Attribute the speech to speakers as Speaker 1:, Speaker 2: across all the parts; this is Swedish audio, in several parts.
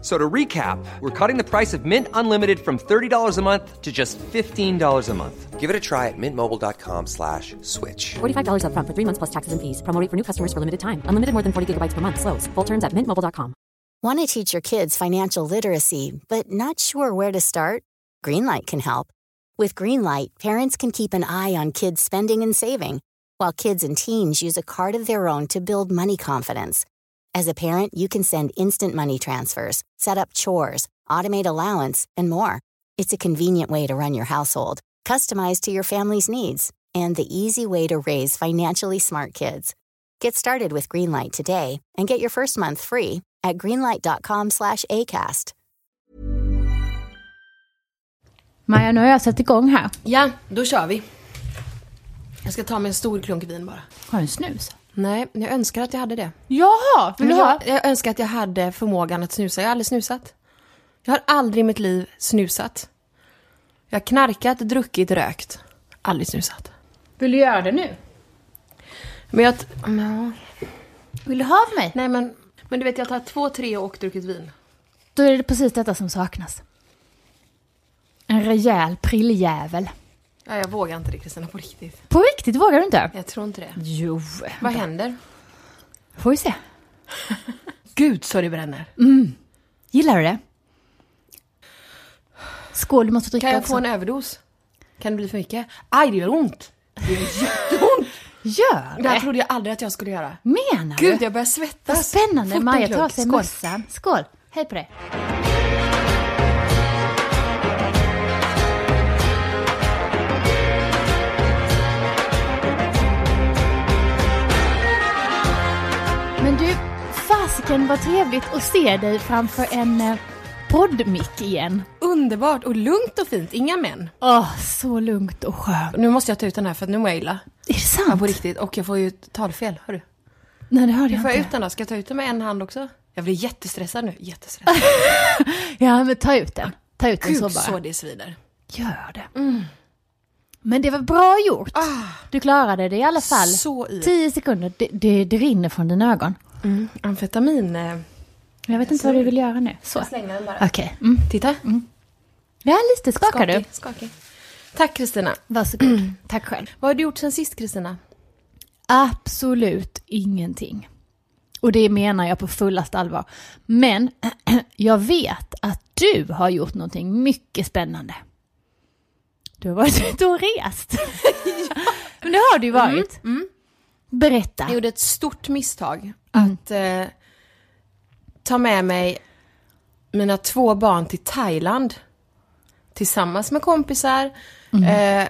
Speaker 1: So to recap, we're cutting the price of Mint Unlimited from $30 a month to just $15 a month. Give it a try at mintmobile.com slash switch.
Speaker 2: $45 upfront for three months plus taxes and fees. Promo rate for new customers for limited time. Unlimited more than 40 gigabytes per month. Slows. Full terms at mintmobile.com.
Speaker 3: Want to teach your kids financial literacy, but not sure where to start? Greenlight can help. With Greenlight, parents can keep an eye on kids' spending and saving, while kids and teens use a card of their own to build money confidence. As a parent, you can send instant money transfers, set up chores, automate allowance, and more. It's a convenient way to run your household, customized to your family's needs, and the easy way to raise financially smart kids. Get started with Greenlight today and get your first month free at greenlight.com slash ACAST.
Speaker 4: Maja, nu har jag satt igång här.
Speaker 5: Ja, då kör vi. Jag ska ta mig en stor klunk vin bara.
Speaker 4: Har du en snus?
Speaker 5: Nej, jag önskar att jag hade det.
Speaker 4: Jaha, vill du ha?
Speaker 5: Jag, jag önskar att jag hade förmågan att snusa. Jag har aldrig snusat. Jag har aldrig i mitt liv snusat. Jag har knarkat, druckit, rökt. Aldrig snusat.
Speaker 4: Vill du göra det nu?
Speaker 5: Men jag... Mm, Ja.
Speaker 4: Vill du ha av mig?
Speaker 5: Nej men... Men du vet, jag tar två, tre och druckit vin.
Speaker 4: Då är det precis detta som saknas. En rejäl prilljävel.
Speaker 5: Ja, jag vågar inte det Kristina, på riktigt.
Speaker 4: På riktigt, vågar du inte?
Speaker 5: Jag tror inte det.
Speaker 4: Jo.
Speaker 5: Vad händer?
Speaker 4: Får vi se.
Speaker 5: Gud så det bränner.
Speaker 4: Gillar du det? Skål, du måste dricka
Speaker 5: Kan jag
Speaker 4: också.
Speaker 5: få en överdos? Kan det bli för mycket? Aj, det gör ont! Det gör jätteont!
Speaker 4: Gör
Speaker 5: Det här
Speaker 4: det?
Speaker 5: trodde jag aldrig att jag skulle göra.
Speaker 4: Menar du?
Speaker 5: Gud, jag börjar svettas.
Speaker 4: Vad spännande.
Speaker 5: Fort en
Speaker 4: Maja
Speaker 5: klunk.
Speaker 4: tar av sig
Speaker 5: Skål.
Speaker 4: mössan. Skål. Hej på dig. Men du, fasiken vad trevligt att se dig framför en eh, poddmick igen.
Speaker 5: Underbart och lugnt och fint, inga män.
Speaker 4: Åh, så lugnt och skönt.
Speaker 5: Nu måste jag ta ut den här för att nu mår jag illa.
Speaker 4: Är det sant?
Speaker 5: Ja, på riktigt. Och jag får ju talfel, hör du.
Speaker 4: Nej, det hörde jag
Speaker 5: Får jag
Speaker 4: inte.
Speaker 5: ut den då? Ska jag ta ut den med en hand också? Jag blir jättestressad nu, jättestressad.
Speaker 4: Ja, men ta ut den. Ta ut den
Speaker 5: Gud
Speaker 4: så
Speaker 5: så,
Speaker 4: bara.
Speaker 5: det svider.
Speaker 4: Gör det.
Speaker 5: Mm.
Speaker 4: Men det var bra gjort. Du klarade det i alla fall.
Speaker 5: Ah. Så i.
Speaker 4: Tio sekunder, det, det, det rinner från dina ögon.
Speaker 5: Amfetamin. eh,
Speaker 4: Jag vet inte vad du vill göra nu. Så.
Speaker 5: slänger den bara.
Speaker 4: Okej. Mm.
Speaker 5: Titta.
Speaker 4: Ja, lite skakar du.
Speaker 5: Skakig, Mm. skakig. Tack Kristina.
Speaker 4: Varsågod. Tack själv.
Speaker 5: Vad har du gjort sen sist Kristina?
Speaker 4: Absolut ingenting. Och det menar jag på fullast allvar. Men jag vet att du har gjort någonting mycket spännande. Du har varit ute och rest. Men det har du ju varit. Berätta.
Speaker 5: Jag Mm. gjorde ett stort misstag
Speaker 4: Mm.
Speaker 5: att eh, ta med mig mina två barn till Thailand tillsammans med kompisar eh,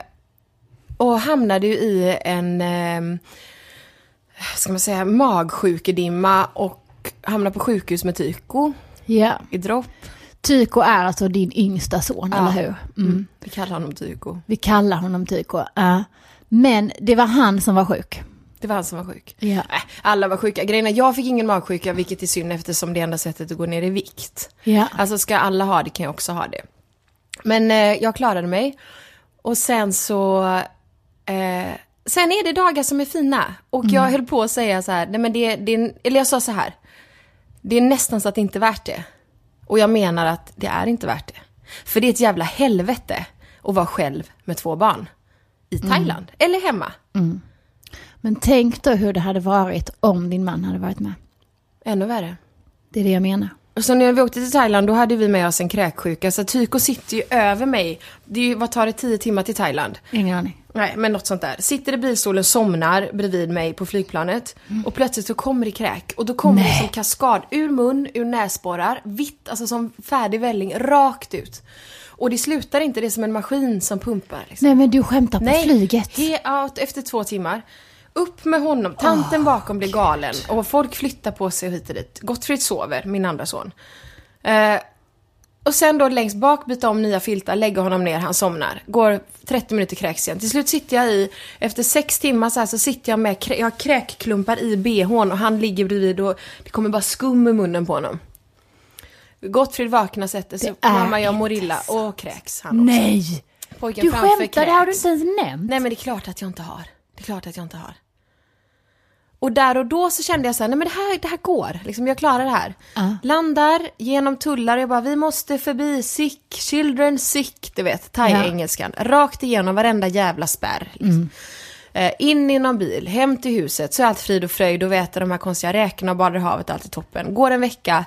Speaker 5: och hamnade ju i en, eh, ska man säga, magsjukedimma och hamnade på sjukhus med Tyko
Speaker 4: Ja.
Speaker 5: i dropp.
Speaker 4: Tyko är alltså din yngsta son, eller hur? Mm.
Speaker 5: Vi kallar honom Tyko.
Speaker 4: Vi kallar honom Tyko. ja. men det var han som var sjuk.
Speaker 5: Det var han som var sjuk.
Speaker 4: Ja.
Speaker 5: Äh, Alla var sjuka. Grejen är, jag fick ingen magsjuka, vilket är synd eftersom det är enda sättet att gå ner i vikt.
Speaker 4: Ja.
Speaker 5: Alltså ska alla ha det kan jag också ha det. Men eh, jag klarade mig. Och sen så... Eh, sen är det dagar som är fina. Och jag höll på att säga så här, nej men det, det är, eller jag sa så här. Det är nästan så att det inte är värt det. Och jag menar att det är inte värt det. För det är ett jävla helvete att vara själv med två barn. I Thailand, eller hemma.
Speaker 4: Men tänk då hur det hade varit om din man hade varit med.
Speaker 5: Ännu värre.
Speaker 4: Det är det jag menar.
Speaker 5: Och så när vi åkte till Thailand då hade vi med oss en kräksjuka så Tyko sitter ju över mig. Det är ju, vad tar det, 10 timmar till Thailand?
Speaker 4: Ingen aning.
Speaker 5: Nej, men något sånt där. Sitter i bilstolen, somnar bredvid mig på flygplanet och plötsligt så kommer det kräk och då kommer det som kaskad ur mun, ur näsborrar, vitt, alltså som färdig välling, rakt ut. Och det slutar inte, det är som en maskin som pumpar. Liksom.
Speaker 4: Nej men du skämtar på flyget.
Speaker 5: He- ja, efter två timmar. Upp med honom.
Speaker 4: Ah.
Speaker 5: Tanten bakom blir galen och folk flyttar på sig och hit och dit. Gottfrid sover, min andra son. Eh, och sen då längst bak byta om nya filtar, lägga honom ner, han somnar. Går 30 minuter kräks igen. Till slut sitter jag i, efter sex timmar så här så sitter jag med, krä- jag har kräkklumpar i bhn och han ligger bredvid och det kommer bara skum i munnen på honom. Gottfrid vaknar, sätter sig upp,
Speaker 4: är
Speaker 5: mamma jag mår
Speaker 4: inte
Speaker 5: illa
Speaker 4: sant.
Speaker 5: och kräks han också.
Speaker 4: Nej!
Speaker 5: Pojken
Speaker 4: Du
Speaker 5: framför
Speaker 4: skämtar, det har du
Speaker 5: kräks.
Speaker 4: inte ens nämnt.
Speaker 5: Nej men det är klart att jag inte har. Det är klart att jag inte har. Och där och då så kände jag så här, nej men det här, det här går. Liksom, jag klarar det här. Landar genom tullar och jag bara, vi måste förbi sick, children sick, du vet, thai-engelskan. Rakt igenom varenda jävla spärr. Liksom. Eh, in i någon bil, hem till huset, så är allt frid och fröjd och vi äter de här konstiga räkorna och badar i havet, allt är toppen. Går en vecka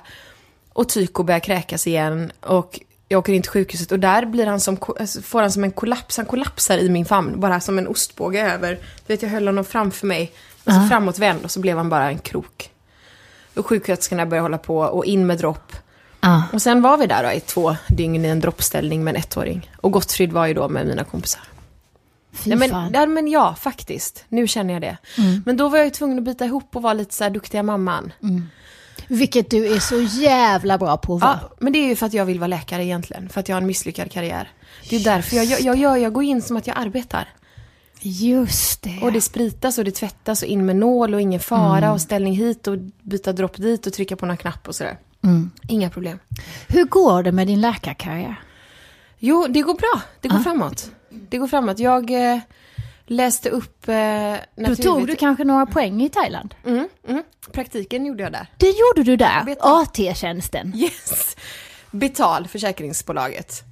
Speaker 5: och Tyko börjar kräkas igen och jag åker in till sjukhuset och där blir han som, ko- alltså, får han som en kollaps, han kollapsar i min famn, bara som en ostbåge över. Du vet jag höll honom framför mig, alltså framåtvänd och så blev han bara en krok. Och sjuksköterskorna började hålla på och in med dropp.
Speaker 4: Ah.
Speaker 5: Och sen var vi där då, i två dygn i en droppställning med en ettåring. Och Gottfrid var ju då med mina kompisar.
Speaker 4: Fy
Speaker 5: Nej, men,
Speaker 4: fan. Mm.
Speaker 5: ja, men ja, faktiskt. Nu känner jag det. Men då var jag ju tvungen att bita ihop och vara lite så här duktiga mamman.
Speaker 4: Vilket du är så jävla bra på att vara.
Speaker 5: Ja, men det är ju för att jag vill vara läkare egentligen. För att jag har en misslyckad karriär. Det är därför jag, jag, jag, jag, jag går in som att jag arbetar.
Speaker 4: Just det.
Speaker 5: Och det spritas och det tvättas och in med nål och ingen fara
Speaker 4: Mm.
Speaker 5: och ställning hit och byta dropp dit och trycka på någon knapp och sådär.
Speaker 4: Mm.
Speaker 5: Inga problem.
Speaker 4: Hur går det med din läkarkarriär?
Speaker 5: Jo, det går bra. Det går framåt. Det går framåt. Jag eh, läste upp eh,
Speaker 4: Då tog
Speaker 5: naturvet-
Speaker 4: du kanske några poäng i Thailand?
Speaker 5: Mm, mm. Praktiken gjorde jag där.
Speaker 4: Det gjorde du där,
Speaker 5: Vet du-
Speaker 4: AT-tjänsten.
Speaker 5: Yes. Betal, försäkringsbolaget.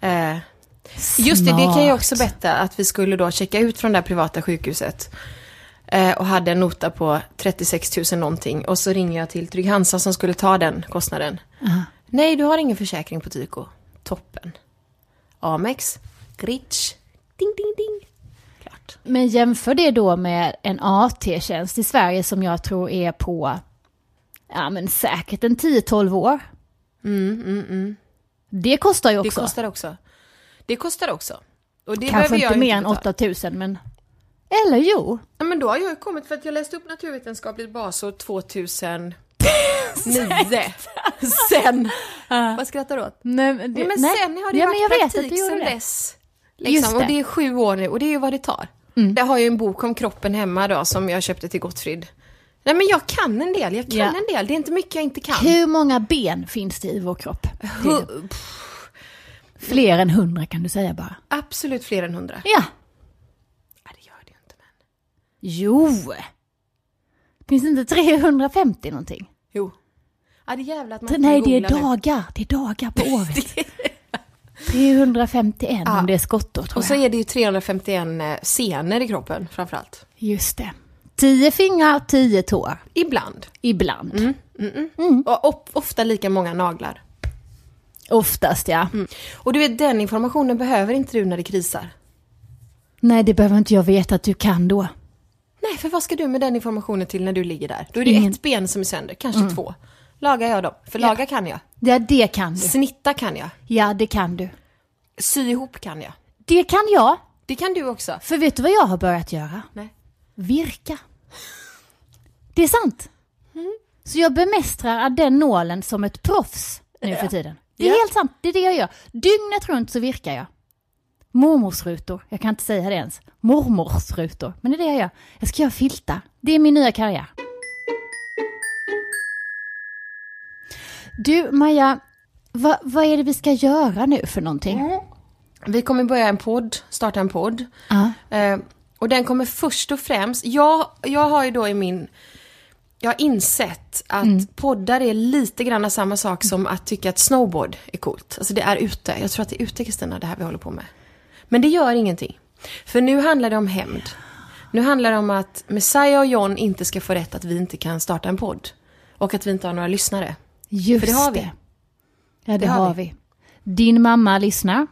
Speaker 5: Eh, just det, det kan jag också berätta att vi skulle då checka ut från det här privata sjukhuset. Eh, och hade en nota på 36 000 någonting. Och så ringer jag till Trygg-Hansa som skulle ta den kostnaden. Nej, du har ingen försäkring på Tyko. Toppen. Amex. Gritch. Ding, ding, ding. Klart.
Speaker 4: Men jämför det då med en AT-tjänst i Sverige som jag tror är på, ja men säkert en 10-12 år. Mm, Det kostar ju
Speaker 5: Det
Speaker 4: också.
Speaker 5: kostar också. Det kostar också. Och det
Speaker 4: Kanske
Speaker 5: behöver jag
Speaker 4: inte
Speaker 5: ju
Speaker 4: mer än
Speaker 5: betala.
Speaker 4: 8000 men... Eller jo.
Speaker 5: Ja men då har jag ju kommit för att jag läste upp naturvetenskapligt basår 2009. sen. Vad skrattar du åt?
Speaker 4: Mm, Nej
Speaker 5: Ja, men sen har det ju
Speaker 4: ja, men jag
Speaker 5: varit
Speaker 4: vet att
Speaker 5: praktik
Speaker 4: du gjorde
Speaker 5: sen
Speaker 4: det.
Speaker 5: dess. Liksom.
Speaker 4: Just
Speaker 5: Och
Speaker 4: det. Mm.
Speaker 5: det är sju år nu och det är ju vad det tar. Jag har ju en bok om kroppen hemma då som jag köpte till Gottfrid. Nej men jag kan en del, jag kan
Speaker 4: Ja.
Speaker 5: en del. Det är inte mycket jag inte kan.
Speaker 4: Hur många ben finns det i vår kropp?
Speaker 5: Hu-
Speaker 4: Fler än hundra kan du säga bara.
Speaker 5: Absolut fler än hundra.
Speaker 4: Ja.
Speaker 5: Nej det gör det ju inte men.
Speaker 4: Jo. Finns det inte 350 någonting?
Speaker 5: Jo. Ja det är jävla att man inte
Speaker 4: Nej, det är
Speaker 5: googlar nu.
Speaker 4: dagar. Det är dagar på året. 351 om det är skottår tror
Speaker 5: Och så
Speaker 4: jag.
Speaker 5: är det ju 351 eh, senor i kroppen framförallt.
Speaker 4: Just det. 10 fingrar, 10 tår.
Speaker 5: Ibland.
Speaker 4: Ibland.
Speaker 5: Mm.
Speaker 4: Mm.
Speaker 5: Och op- ofta lika många naglar.
Speaker 4: Oftast ja.
Speaker 5: Mm. Och du vet, den informationen behöver inte du när det krisar.
Speaker 4: Nej, det behöver inte jag veta att du kan då.
Speaker 5: Nej, för vad ska du med den informationen till när du ligger där? Då är det
Speaker 4: Ingen- Mm.
Speaker 5: ett ben som är sönder, kanske två. Lagar jag dem? För laga kan jag.
Speaker 4: Ja, det kan du.
Speaker 5: Snitta kan jag.
Speaker 4: Ja, det kan du.
Speaker 5: Sy ihop kan jag.
Speaker 4: Det kan jag.
Speaker 5: Det kan du också.
Speaker 4: För vet du vad jag har börjat göra?
Speaker 5: Nej.
Speaker 4: Virka. Det är sant. Så jag bemästrar den nålen som ett proffs nu för tiden. Det är
Speaker 5: Ja.
Speaker 4: helt sant, det är det jag gör. Dygnet runt så virkar jag. Mormorsrutor, jag kan inte säga det ens. Mormorsrutor, men det är det jag gör. Jag ska göra filtar. Det är min nya karriär. Du Maja, vad, vad är det vi ska göra nu för någonting?
Speaker 5: Mm. Vi kommer börja en podd, starta en podd.
Speaker 4: Ja.
Speaker 5: Eh, och den kommer först och främst, jag, jag har ju då i min, jag har insett att poddar är lite grann samma sak som att tycka att snowboard är coolt. Alltså det är ute, jag tror att det är ute Kristina det här vi håller på med. Men det gör ingenting. För nu handlar det om hämnd. Nu handlar det om att Messiah och John inte ska få rätt att vi inte kan starta en podd. Och att vi inte har några lyssnare.
Speaker 4: Just
Speaker 5: För det har vi.
Speaker 4: Ja, det, har, vi. Din mamma lyssnar.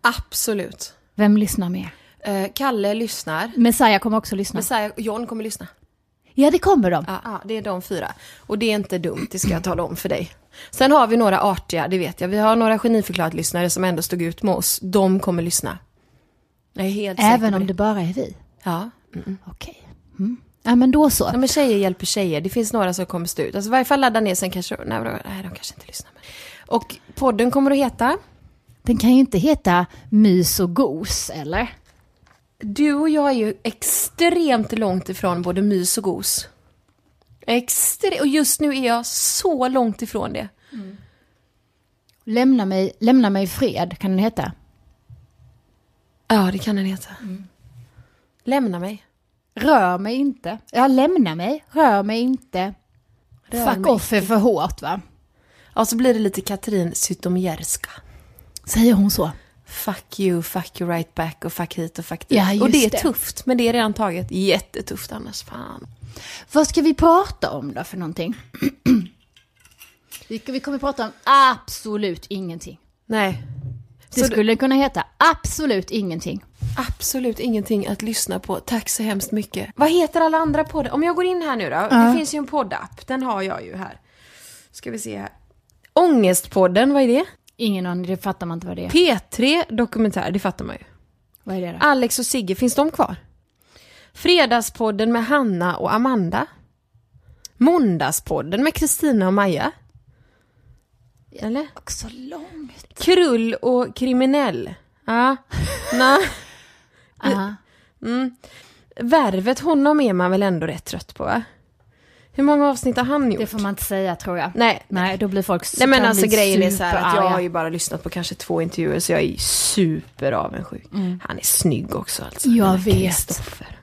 Speaker 5: Absolut.
Speaker 4: Vem lyssnar mer?
Speaker 5: Eh, Kalle lyssnar.
Speaker 4: Messiah kommer också lyssna.
Speaker 5: Messiah och John kommer lyssna.
Speaker 4: Ja, det kommer de.
Speaker 5: Ja, ja, det är de fyra. Och det är inte dumt, det ska jag tala om för dig. Sen har vi några artiga, det vet jag. Vi har några geniförklarat-lyssnare som ändå stod ut med oss. De kommer lyssna. Jag är helt säker
Speaker 4: Även
Speaker 5: på
Speaker 4: om det bara är vi.
Speaker 5: Ja. Mm.
Speaker 4: Okej. Ja, men då så.
Speaker 5: Ja, men tjejer hjälper tjejer. Det finns några som kommer stå ut. Alltså i varje fall ladda ner sen kanske... Nej, vadå? nej, de kanske inte lyssnar. Men... Och podden kommer att heta?
Speaker 4: Den kan ju inte heta mys och gos, eller?
Speaker 5: Du och jag är ju extremt långt ifrån både mys och gos. Extre- och just nu är jag så långt ifrån det.
Speaker 4: Lämna mig, lämna mig i fred, kan den heta.
Speaker 5: Ja, det kan den heta. Lämna mig.
Speaker 4: Rör mig inte. Ja, lämna mig. Rör mig inte. Fuck
Speaker 5: mig
Speaker 4: off är för hårt, va?
Speaker 5: Ja, så blir det lite Katrin Zytomierska.
Speaker 4: Säger hon så?
Speaker 5: Fuck you, fuck you right back och fuck hit och fuck dit.
Speaker 4: Ja, just
Speaker 5: och det är
Speaker 4: det.
Speaker 5: tufft, men det är redan taget. Jättetufft annars, fan.
Speaker 4: Vad ska vi prata om då för någonting? vi vi kommer prata om absolut ingenting.
Speaker 5: Nej.
Speaker 4: Det
Speaker 5: Så du-
Speaker 4: skulle kunna heta absolut ingenting.
Speaker 5: Absolut ingenting att lyssna på. Tack så hemskt mycket. Vad heter alla andra poddar? Om jag går in här nu då. Det finns ju en poddapp. Den har jag ju här. Ska vi se här. Ångestpodden, vad är det?
Speaker 4: Ingen aning, det fattar man inte vad det är.
Speaker 5: P3 Dokumentär, det fattar man ju.
Speaker 4: Vad är det då?
Speaker 5: Alex och Sigge, finns de kvar? Fredagspodden med Hanna och Amanda. Måndagspodden med Kristina och Maja. Eller?
Speaker 4: Också långt.
Speaker 5: Krull och kriminell. Ja. Nej.
Speaker 4: Aha.
Speaker 5: Värvet, honom är man väl ändå rätt trött på va? Hur många avsnitt har han gjort?
Speaker 4: Det får man inte säga tror jag.
Speaker 5: Nej.
Speaker 4: Nej, då blir folk
Speaker 5: Nej men
Speaker 4: kan
Speaker 5: alltså
Speaker 4: bli
Speaker 5: grejen är så här att jag
Speaker 4: superarga.
Speaker 5: har ju bara lyssnat på kanske två intervjuer så jag är ju superavundsjuk. Han är snygg också alltså.
Speaker 4: Mm. Jag
Speaker 5: Den här
Speaker 4: vet.
Speaker 5: Kristoffer.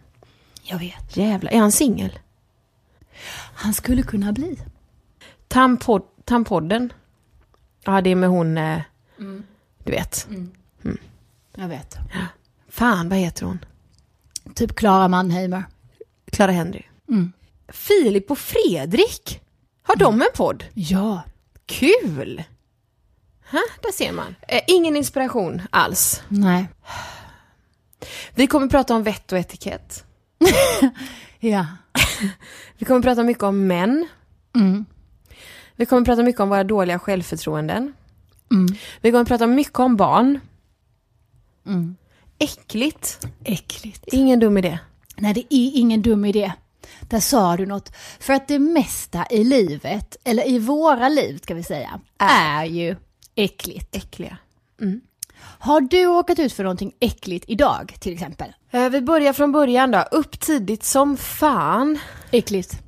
Speaker 4: Jag vet.
Speaker 5: Jävlar, är han singel?
Speaker 4: Han skulle kunna bli.
Speaker 5: Tampod, tampodden. Ja det är med hon, eh, du vet.
Speaker 4: Jag vet.
Speaker 5: Fan vad heter hon?
Speaker 4: Typ Clara Mannheimer.
Speaker 5: Clara Henry. Filip och Fredrik. Har de en podd?
Speaker 4: Ja.
Speaker 5: Kul! Ha, där ser man. Eh, ingen inspiration alls.
Speaker 4: Nej.
Speaker 5: Vi kommer prata om vett och etikett.
Speaker 4: Ja.
Speaker 5: Vi kommer prata mycket om män. Vi kommer prata mycket om våra dåliga självförtroenden. Vi kommer prata mycket om barn. Äckligt.
Speaker 4: Äckligt.
Speaker 5: Ingen dum idé.
Speaker 4: Nej, det är ingen dum idé. Där sa du något. För att det mesta i livet, eller i våra liv ska vi säga, är ju äckligt. Mm.
Speaker 5: Äckliga.
Speaker 4: Har du åkat ut för någonting äckligt idag till exempel?
Speaker 5: Eh, vi börjar från början då. Upp tidigt som fan.
Speaker 4: Äckligt.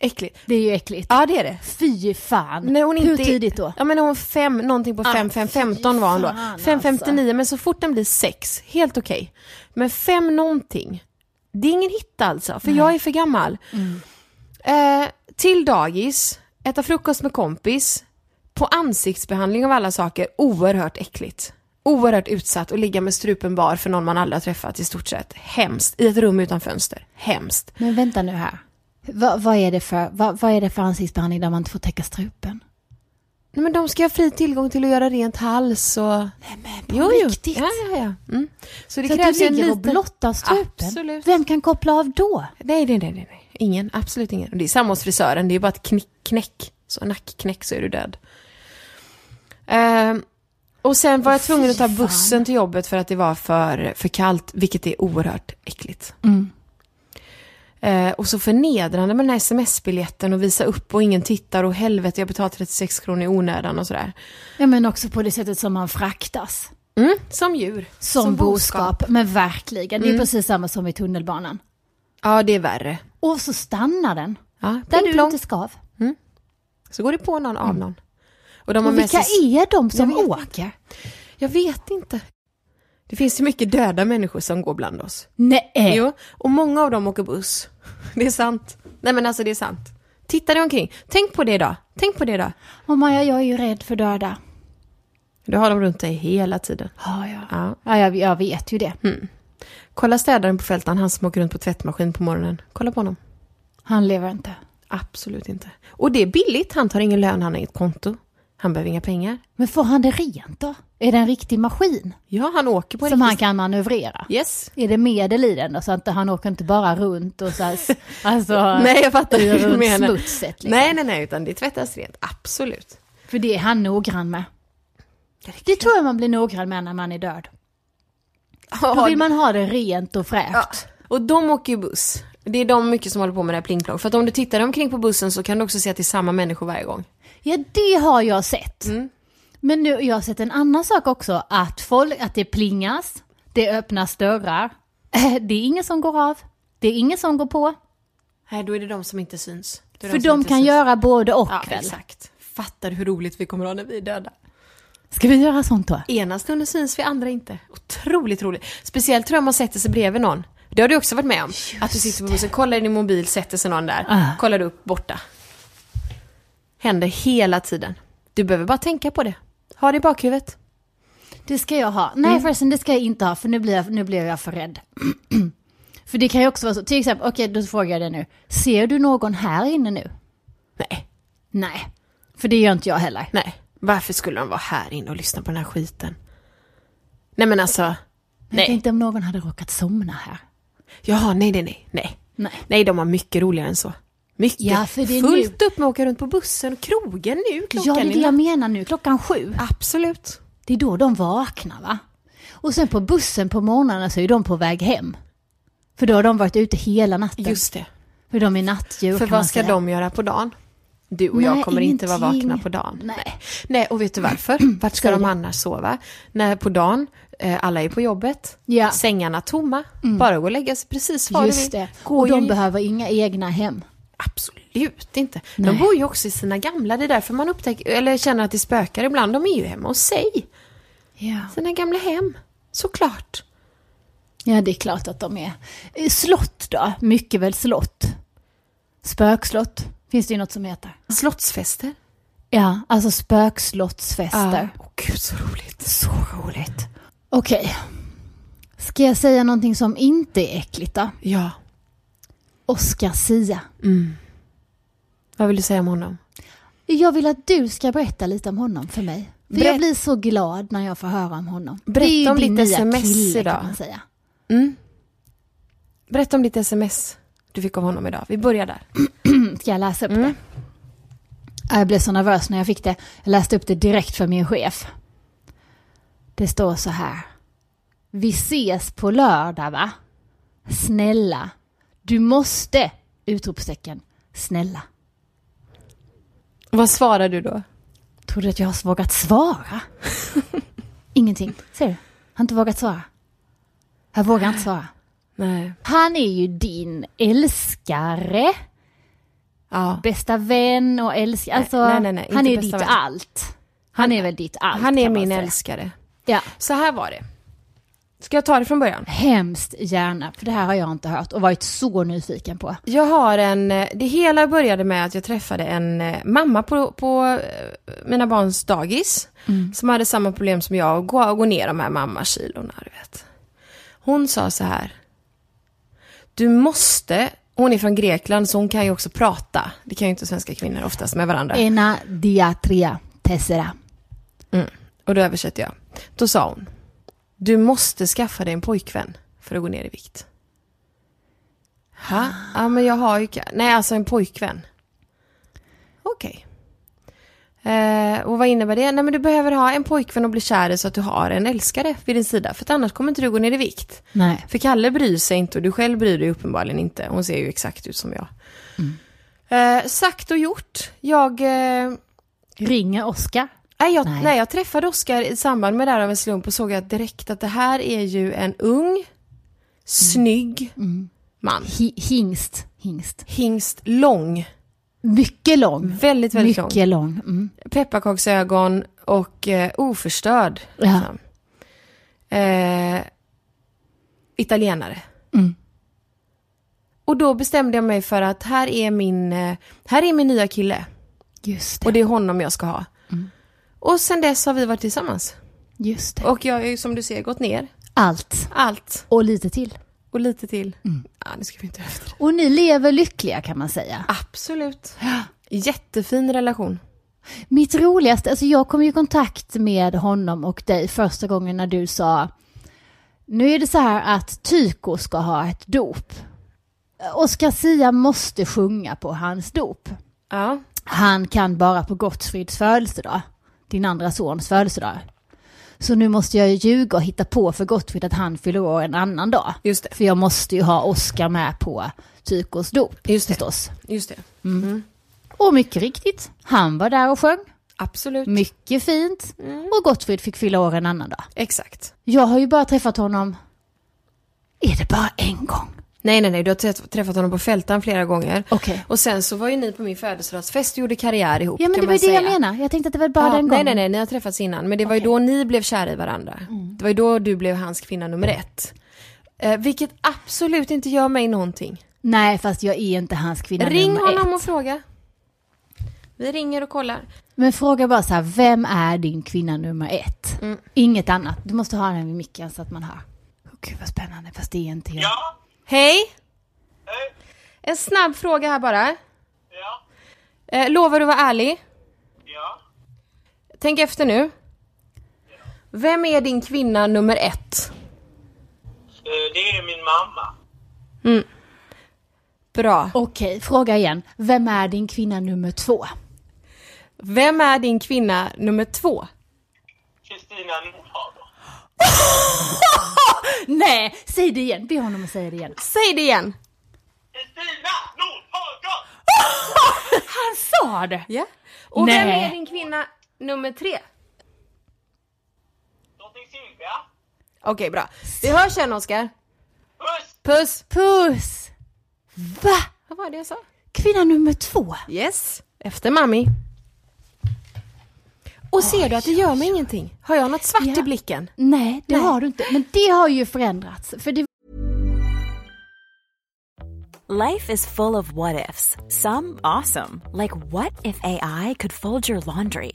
Speaker 5: Äckligt.
Speaker 4: Det är ju äckligt.
Speaker 5: Ja, det är det.
Speaker 4: Fy fan.
Speaker 5: När hon inte
Speaker 4: Hur tidigt då? Ah,
Speaker 5: Ja men när hon fem, någonting på fem fem femton var hon då.
Speaker 4: fan, alltså.
Speaker 5: fem femtionio men så fort den blir sex helt okej. Men fem någonting, det är ingen hit alltså, för jag är för gammal.
Speaker 4: Mm.
Speaker 5: Eh, till dagis, äta frukost med kompis, på ansiktsbehandling av alla saker, oerhört äckligt. Oerhört utsatt och ligga med strupen bar för någon man aldrig har träffat i stort sett. Hemskt. I ett rum utan fönster. Hemskt.
Speaker 4: Men vänta nu här. Va, vad, är det för, va, vad är det för ansiktsbehandling där man inte får täcka strupen?
Speaker 5: Nej, men de ska ha fri tillgång till att göra rent hals och... Nej, men
Speaker 4: på riktigt?
Speaker 5: Ja, ja, ja. Mm. Så det
Speaker 4: Så att
Speaker 5: krävs
Speaker 4: du
Speaker 5: ju en
Speaker 4: ligger
Speaker 5: liten...
Speaker 4: och blottar strupen?
Speaker 5: Absolut.
Speaker 4: Vem kan koppla av då?
Speaker 5: Nej, nej, nej, nej, nej. Ingen. Absolut ingen. Och det är samma hos frisören. Det är bara ett knick, knäck. Så nackknäck så är du död. Ehm, och sen var jag tvungen att ta bussen till jobbet för att det var för, för kallt, vilket är oerhört äckligt.
Speaker 4: Mm.
Speaker 5: Eh, och så förnedrande med den här sms-biljetten och visa upp och ingen tittar och helvete jag betalar 36 kronor i onödan och sådär.
Speaker 4: Ja, men också på det sättet som man fraktas.
Speaker 5: Mm, som Mm. djur.
Speaker 4: Som, boskap. Men verkligen, det är precis samma som i tunnelbanan.
Speaker 5: Ja, det är värre.
Speaker 4: Och så stannar den.
Speaker 5: Ja,
Speaker 4: Där
Speaker 5: pling
Speaker 4: du
Speaker 5: plong.
Speaker 4: inte skav.
Speaker 5: Så går det på någon av någon. Och de har
Speaker 4: Mm. Och
Speaker 5: med
Speaker 4: vilka
Speaker 5: sig...
Speaker 4: är de som
Speaker 5: Jag vet
Speaker 4: åker?
Speaker 5: Jag vet inte. Det finns ju mycket döda människor som går bland oss.
Speaker 4: Nej.
Speaker 5: Jo, och många av dem åker buss. Det är sant. Nej men alltså det är sant. Titta dig omkring. Tänk på det idag. Tänk på det idag.
Speaker 4: Och Maja, jag är ju rädd för döda.
Speaker 5: Du har dem runt dig hela tiden.
Speaker 4: Ja, ja.
Speaker 5: Ja. Mm.
Speaker 4: ja jag, jag vet ju det.
Speaker 5: Kolla städaren på fältan, han som åker runt på tvättmaskin på morgonen. Kolla på honom.
Speaker 4: Han lever inte.
Speaker 5: Absolut inte. Och det är billigt, han tar ingen lön, han har inget konto. Han behöver inga pengar.
Speaker 4: Men får han det rent då? Är det en riktig maskin
Speaker 5: Ja, han åker på en
Speaker 4: som han
Speaker 5: riktig-
Speaker 4: kan manövrera?
Speaker 5: Yes.
Speaker 4: Är det medel i den då? Så att inte- han åker inte bara runt och så här, s- alltså,
Speaker 5: Nej, jag fattar
Speaker 4: i
Speaker 5: hur du
Speaker 4: runt
Speaker 5: menar.
Speaker 4: smutset. Liksom.
Speaker 5: Nej, nej, nej, utan det tvättas rent. Absolut.
Speaker 4: För det är han noggrann med. Det tror jag man blir noggrann med när man är död. Då vill man ha det rent och fräscht.
Speaker 5: Och de åker ju buss. Det är de mycket som håller på med det här plingplong. För att om du tittar omkring på bussen så kan du också se att det är samma människor varje gång.
Speaker 4: Ja, det har jag sett.
Speaker 5: Mm.
Speaker 4: Men nu, jag har sett en annan sak också, att, folk, att det plingas, det öppnas dörrar. Eh, Det är ingen som går av, det är ingen som går på.
Speaker 5: Nej, då är det de som inte syns. Då är
Speaker 4: För
Speaker 5: som
Speaker 4: de
Speaker 5: inte
Speaker 4: kan
Speaker 5: syns.
Speaker 4: göra både och
Speaker 5: Ja,
Speaker 4: väl?
Speaker 5: exakt. Fattar du hur roligt vi kommer att ha när vi är döda?
Speaker 4: Ska vi göra sånt då?
Speaker 5: Ena stunden syns vi, andra inte. Otroligt roligt. Speciellt tror jag man sätter sig bredvid någon. Det har du också varit med om. att du sitter på bussen, kollar i din mobil, sätter sig någon där.
Speaker 4: Ah.
Speaker 5: Kollar upp, borta. Händer hela tiden. Du behöver bara tänka på det. Ha det i bakhuvudet.
Speaker 4: Det ska jag ha.
Speaker 5: Mm.
Speaker 4: Nej förresten, det ska jag inte ha för nu blir jag, nu blir jag för rädd. för det kan ju också vara så, till exempel, okej då frågar jag dig nu. Ser du någon här inne nu?
Speaker 5: Nej,
Speaker 4: Nej, för det gör inte jag heller.
Speaker 5: nej. Varför skulle de vara här inne och lyssna på den här skiten? Nej men alltså.
Speaker 4: Jag
Speaker 5: Nej.
Speaker 4: tänkte om någon hade råkat somna här.
Speaker 5: Jaha, nej, nej, nej, nej.
Speaker 4: Nej.
Speaker 5: Nej, de har mycket roligare än så. Mycket.
Speaker 4: Ja, för det är
Speaker 5: Fullt upp med att åka runt på bussen och krogen nu. Klockan
Speaker 4: Ja, det är det
Speaker 5: natt.
Speaker 4: jag menar nu, klockan sju.
Speaker 5: Absolut.
Speaker 4: Det är då de vaknar va? Och sen på bussen på morgnarna så är de på väg hem. För då har de varit ute hela natten.
Speaker 5: Just det.
Speaker 4: För de är nattdjur
Speaker 5: För
Speaker 4: kan man
Speaker 5: vad ska
Speaker 4: säga.
Speaker 5: de göra på dagen? Du och jag
Speaker 4: Nej,
Speaker 5: kommer inte vara
Speaker 4: ingenting.
Speaker 5: vakna på dagen.
Speaker 4: Nej.
Speaker 5: Nej, och vet du varför? Vart ska
Speaker 4: Säg
Speaker 5: de
Speaker 4: det.
Speaker 5: annars sova? När på dagen, eh, alla är på jobbet,
Speaker 4: Ja. Mm.
Speaker 5: sängarna tomma, bara gå och lägga sig precis var
Speaker 4: Just
Speaker 5: du vill.
Speaker 4: det.
Speaker 5: Går
Speaker 4: Och de
Speaker 5: ju-
Speaker 4: behöver inga egna hem.
Speaker 5: Absolut inte.
Speaker 4: Nej.
Speaker 5: De bor ju också i sina gamla, det är därför man upptäcker, eller känner att det spökar ibland. De är ju hemma hos sig,
Speaker 4: Ja.
Speaker 5: sina gamla hem. Såklart.
Speaker 4: ja, det är klart att de är. Eh, Slott då? Mycket väl slott. Spökslott finns det ju något som heter.
Speaker 5: Slottsfester. Ah.
Speaker 4: Ja, alltså spökslottsfester.
Speaker 5: Åh gud så roligt.
Speaker 4: Så roligt. Okej. Ska jag säga någonting som inte är äckligt då?
Speaker 5: Ja,
Speaker 4: Oscar Sia.
Speaker 5: vad vill du säga om honom?
Speaker 4: Jag vill att du ska berätta lite om honom för mig. För jag
Speaker 5: Berätt-
Speaker 4: blir så glad när jag får höra om honom.
Speaker 5: Berätta
Speaker 4: Det är ju
Speaker 5: om
Speaker 4: din
Speaker 5: ditt
Speaker 4: nya
Speaker 5: SMS
Speaker 4: kille,
Speaker 5: idag.
Speaker 4: Kan man säga.
Speaker 5: Berätta om ditt sms du fick av honom idag. Vi börjar där.
Speaker 4: Ska jag läsa upp det? Ja, Jag blev så nervös när jag fick det. Jag läste upp det direkt för min chef. Det står så här. Vi ses på lördag va? Snälla. Du måste! Utropstecken. Snälla.
Speaker 5: Vad svarar du då?
Speaker 4: Tror du att jag har vågat svara? Ingenting. Ser du? Jag har inte vågat svara. Jag vågar inte svara.
Speaker 5: Nej.
Speaker 4: Han är ju din älskare,
Speaker 5: Ja.
Speaker 4: bästa vän och älskare. Alltså,
Speaker 5: nej, nej, nej,
Speaker 4: han
Speaker 5: inte
Speaker 4: är
Speaker 5: bästa
Speaker 4: ditt
Speaker 5: vän.
Speaker 4: allt. Han är väl ditt allt
Speaker 5: Han är
Speaker 4: kan man
Speaker 5: min
Speaker 4: säga.
Speaker 5: älskare.
Speaker 4: Ja,
Speaker 5: Så här var det. Ska jag ta det från början?
Speaker 4: hemskt gärna. För det här har jag inte hört och varit så nyfiken på.
Speaker 5: Jag har en, eh, det hela började med att jag träffade en eh, mamma på, på eh, mina barns dagis. Som hade samma problem som jag, att gå, att gå ner de här mammakilorna. Du vet. Hon sa så här. Du måste, hon är från Grekland så hon kan ju också prata. Det kan ju inte svenska kvinnor oftast med varandra.
Speaker 4: Ena diatria tessera.
Speaker 5: Och då översätter jag. Då sa hon. Du måste skaffa dig en pojkvän för att gå ner i vikt. Ha? Ja men jag har ju ka- Nej alltså en pojkvän. Okej. Eh, och vad innebär det? Nej men du behöver ha en pojkvän och bli kär i så att du har en älskare vid din sida. För att annars kommer inte du gå ner i vikt.
Speaker 4: Nej.
Speaker 5: För Kalle bryr sig inte och du själv bryr dig uppenbarligen inte. Hon ser ju exakt ut som jag. Eh, sagt och gjort. Jag... Eh,
Speaker 4: Ringer Oskar.
Speaker 5: Nej jag,
Speaker 4: Nej.
Speaker 5: nej. jag träffade Oskar i samband med det här av en slump och såg att direkt att det här är ju en ung, snygg man.
Speaker 4: Hi- hingst. Hingst.
Speaker 5: Hingst lång,
Speaker 4: Mycket lång.
Speaker 5: väldigt, väldigt lång.
Speaker 4: Mycket lång. Mm.
Speaker 5: Pepparkaksögon och eh, oförstörd.
Speaker 4: Ja.
Speaker 5: Liksom. Eh, italienare.
Speaker 4: Mm.
Speaker 5: Och då bestämde jag mig för att här är min, eh, här är min nya kille.
Speaker 4: Just
Speaker 5: Och
Speaker 4: det.
Speaker 5: det är honom jag ska ha.
Speaker 4: Mm.
Speaker 5: Och sen dess har vi varit tillsammans.
Speaker 4: Just det.
Speaker 5: Och jag har ju som du ser gått ner.
Speaker 4: Allt.
Speaker 5: Allt.
Speaker 4: Och lite till.
Speaker 5: Och lite till.
Speaker 4: Mm.
Speaker 5: Ja, nu ska vi inte efter.
Speaker 4: Och ni lever lyckliga kan man säga.
Speaker 5: Absolut. Jättefin relation.
Speaker 4: Mitt roligaste, alltså jag kom ju i kontakt med honom och dig första gången när du sa Nu är det så här att Tyko ska ha ett dop. Oscar Sia måste sjunga på hans dop.
Speaker 5: Ja.
Speaker 4: Han kan bara på Gottfrids födelsedag, din andra sons födelsedag. Så nu måste jag ju ljuga och hitta på för Gottfrid att han fyller år en annan dag.
Speaker 5: Just det.
Speaker 4: För jag måste ju ha Oscar med på Tykos dop
Speaker 5: Just det.
Speaker 4: förstås.
Speaker 5: Just det.
Speaker 4: Och mycket riktigt, han var där och sjöng.
Speaker 5: Absolut.
Speaker 4: Mycket fint.
Speaker 5: Mm.
Speaker 4: Och Gottfrid fick fylla år en annan dag.
Speaker 5: Exakt.
Speaker 4: Jag har ju bara träffat honom, är det bara en gång?
Speaker 5: Nej, nej, nej. Du har träff- träffat honom på fältan flera gånger.
Speaker 4: Okej.
Speaker 5: Och sen så var ju ni på min födelsedagsfest och gjorde karriär ihop.
Speaker 4: Ja men det
Speaker 5: kan
Speaker 4: var
Speaker 5: man
Speaker 4: ju det
Speaker 5: säga.
Speaker 4: jag menar. Jag tänkte att det var bara
Speaker 5: Ja,
Speaker 4: den
Speaker 5: nej,
Speaker 4: gången.
Speaker 5: nej, nej, ni har träffats innan. Men det var ju då ni blev kära i varandra.
Speaker 4: Mm.
Speaker 5: Det var ju då du blev hans kvinna nummer ett. Eh, vilket absolut inte gör mig någonting.
Speaker 4: Nej, fast jag är inte hans kvinna
Speaker 5: Ring
Speaker 4: nummer
Speaker 5: honom
Speaker 4: ett.
Speaker 5: och fråga. Vi ringer och kollar.
Speaker 4: Men fråga bara så här, vem är din kvinna nummer ett?
Speaker 5: Mm.
Speaker 4: Inget annat. Du måste ha den vid micken så att man hör. Åh, Gud vad spännande, fast det är inte jag.
Speaker 6: Ja,
Speaker 5: Hej! En snabb fråga här bara.
Speaker 6: ja,
Speaker 5: Eh, lovar du att vara ärlig?
Speaker 6: ja.
Speaker 5: Tänk efter nu. Vem är din kvinna nummer ett?
Speaker 6: Eh, Det är min mamma.
Speaker 5: Bra.
Speaker 4: Okej, fråga igen. Vem är din kvinna nummer två?
Speaker 5: Vem är din kvinna nummer två?
Speaker 6: Kristina Nordhager.
Speaker 4: Nej, säg det igen. Be honom att säga det igen.
Speaker 5: Säg det igen!
Speaker 6: Kristina Nordhager!
Speaker 4: Han sa det!
Speaker 5: Ja. Och vem
Speaker 4: Nej.
Speaker 5: är din kvinna nummer tre?
Speaker 6: Drottning Silvia.
Speaker 5: Okej, bra. Vi hörs sen Oskar.
Speaker 6: Puss!
Speaker 5: Puss!
Speaker 4: Puss! Va?
Speaker 5: Vad var det jag sa?
Speaker 4: Kvinna nummer två?
Speaker 5: Yes. Efter mami. Och ser du att det gör mig ingenting? Har jag något svart
Speaker 4: Ja.
Speaker 5: i blicken?
Speaker 4: Nej, det har du inte. Men det har ju förändrats. För det
Speaker 7: Life is full of what ifs. Some awesome, like what if AI could fold your laundry?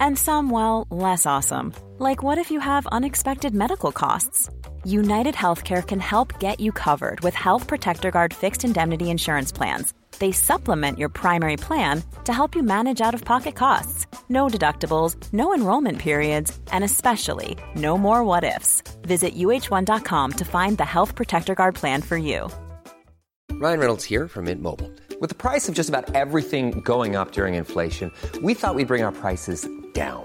Speaker 7: And some, well, less awesome, like what if you have unexpected medical costs? United Healthcare can help get you covered with Health Protector Guard fixed indemnity insurance plans. They supplement your primary plan to help you manage out of pocket costs. No deductibles, no enrollment periods, and especially no more what ifs. Visit uh1.com to find the Health Protector Guard plan for you.
Speaker 1: Ryan Reynolds here from Mint Mobile. With the price of just about everything going up during inflation, we thought we'd bring our prices down.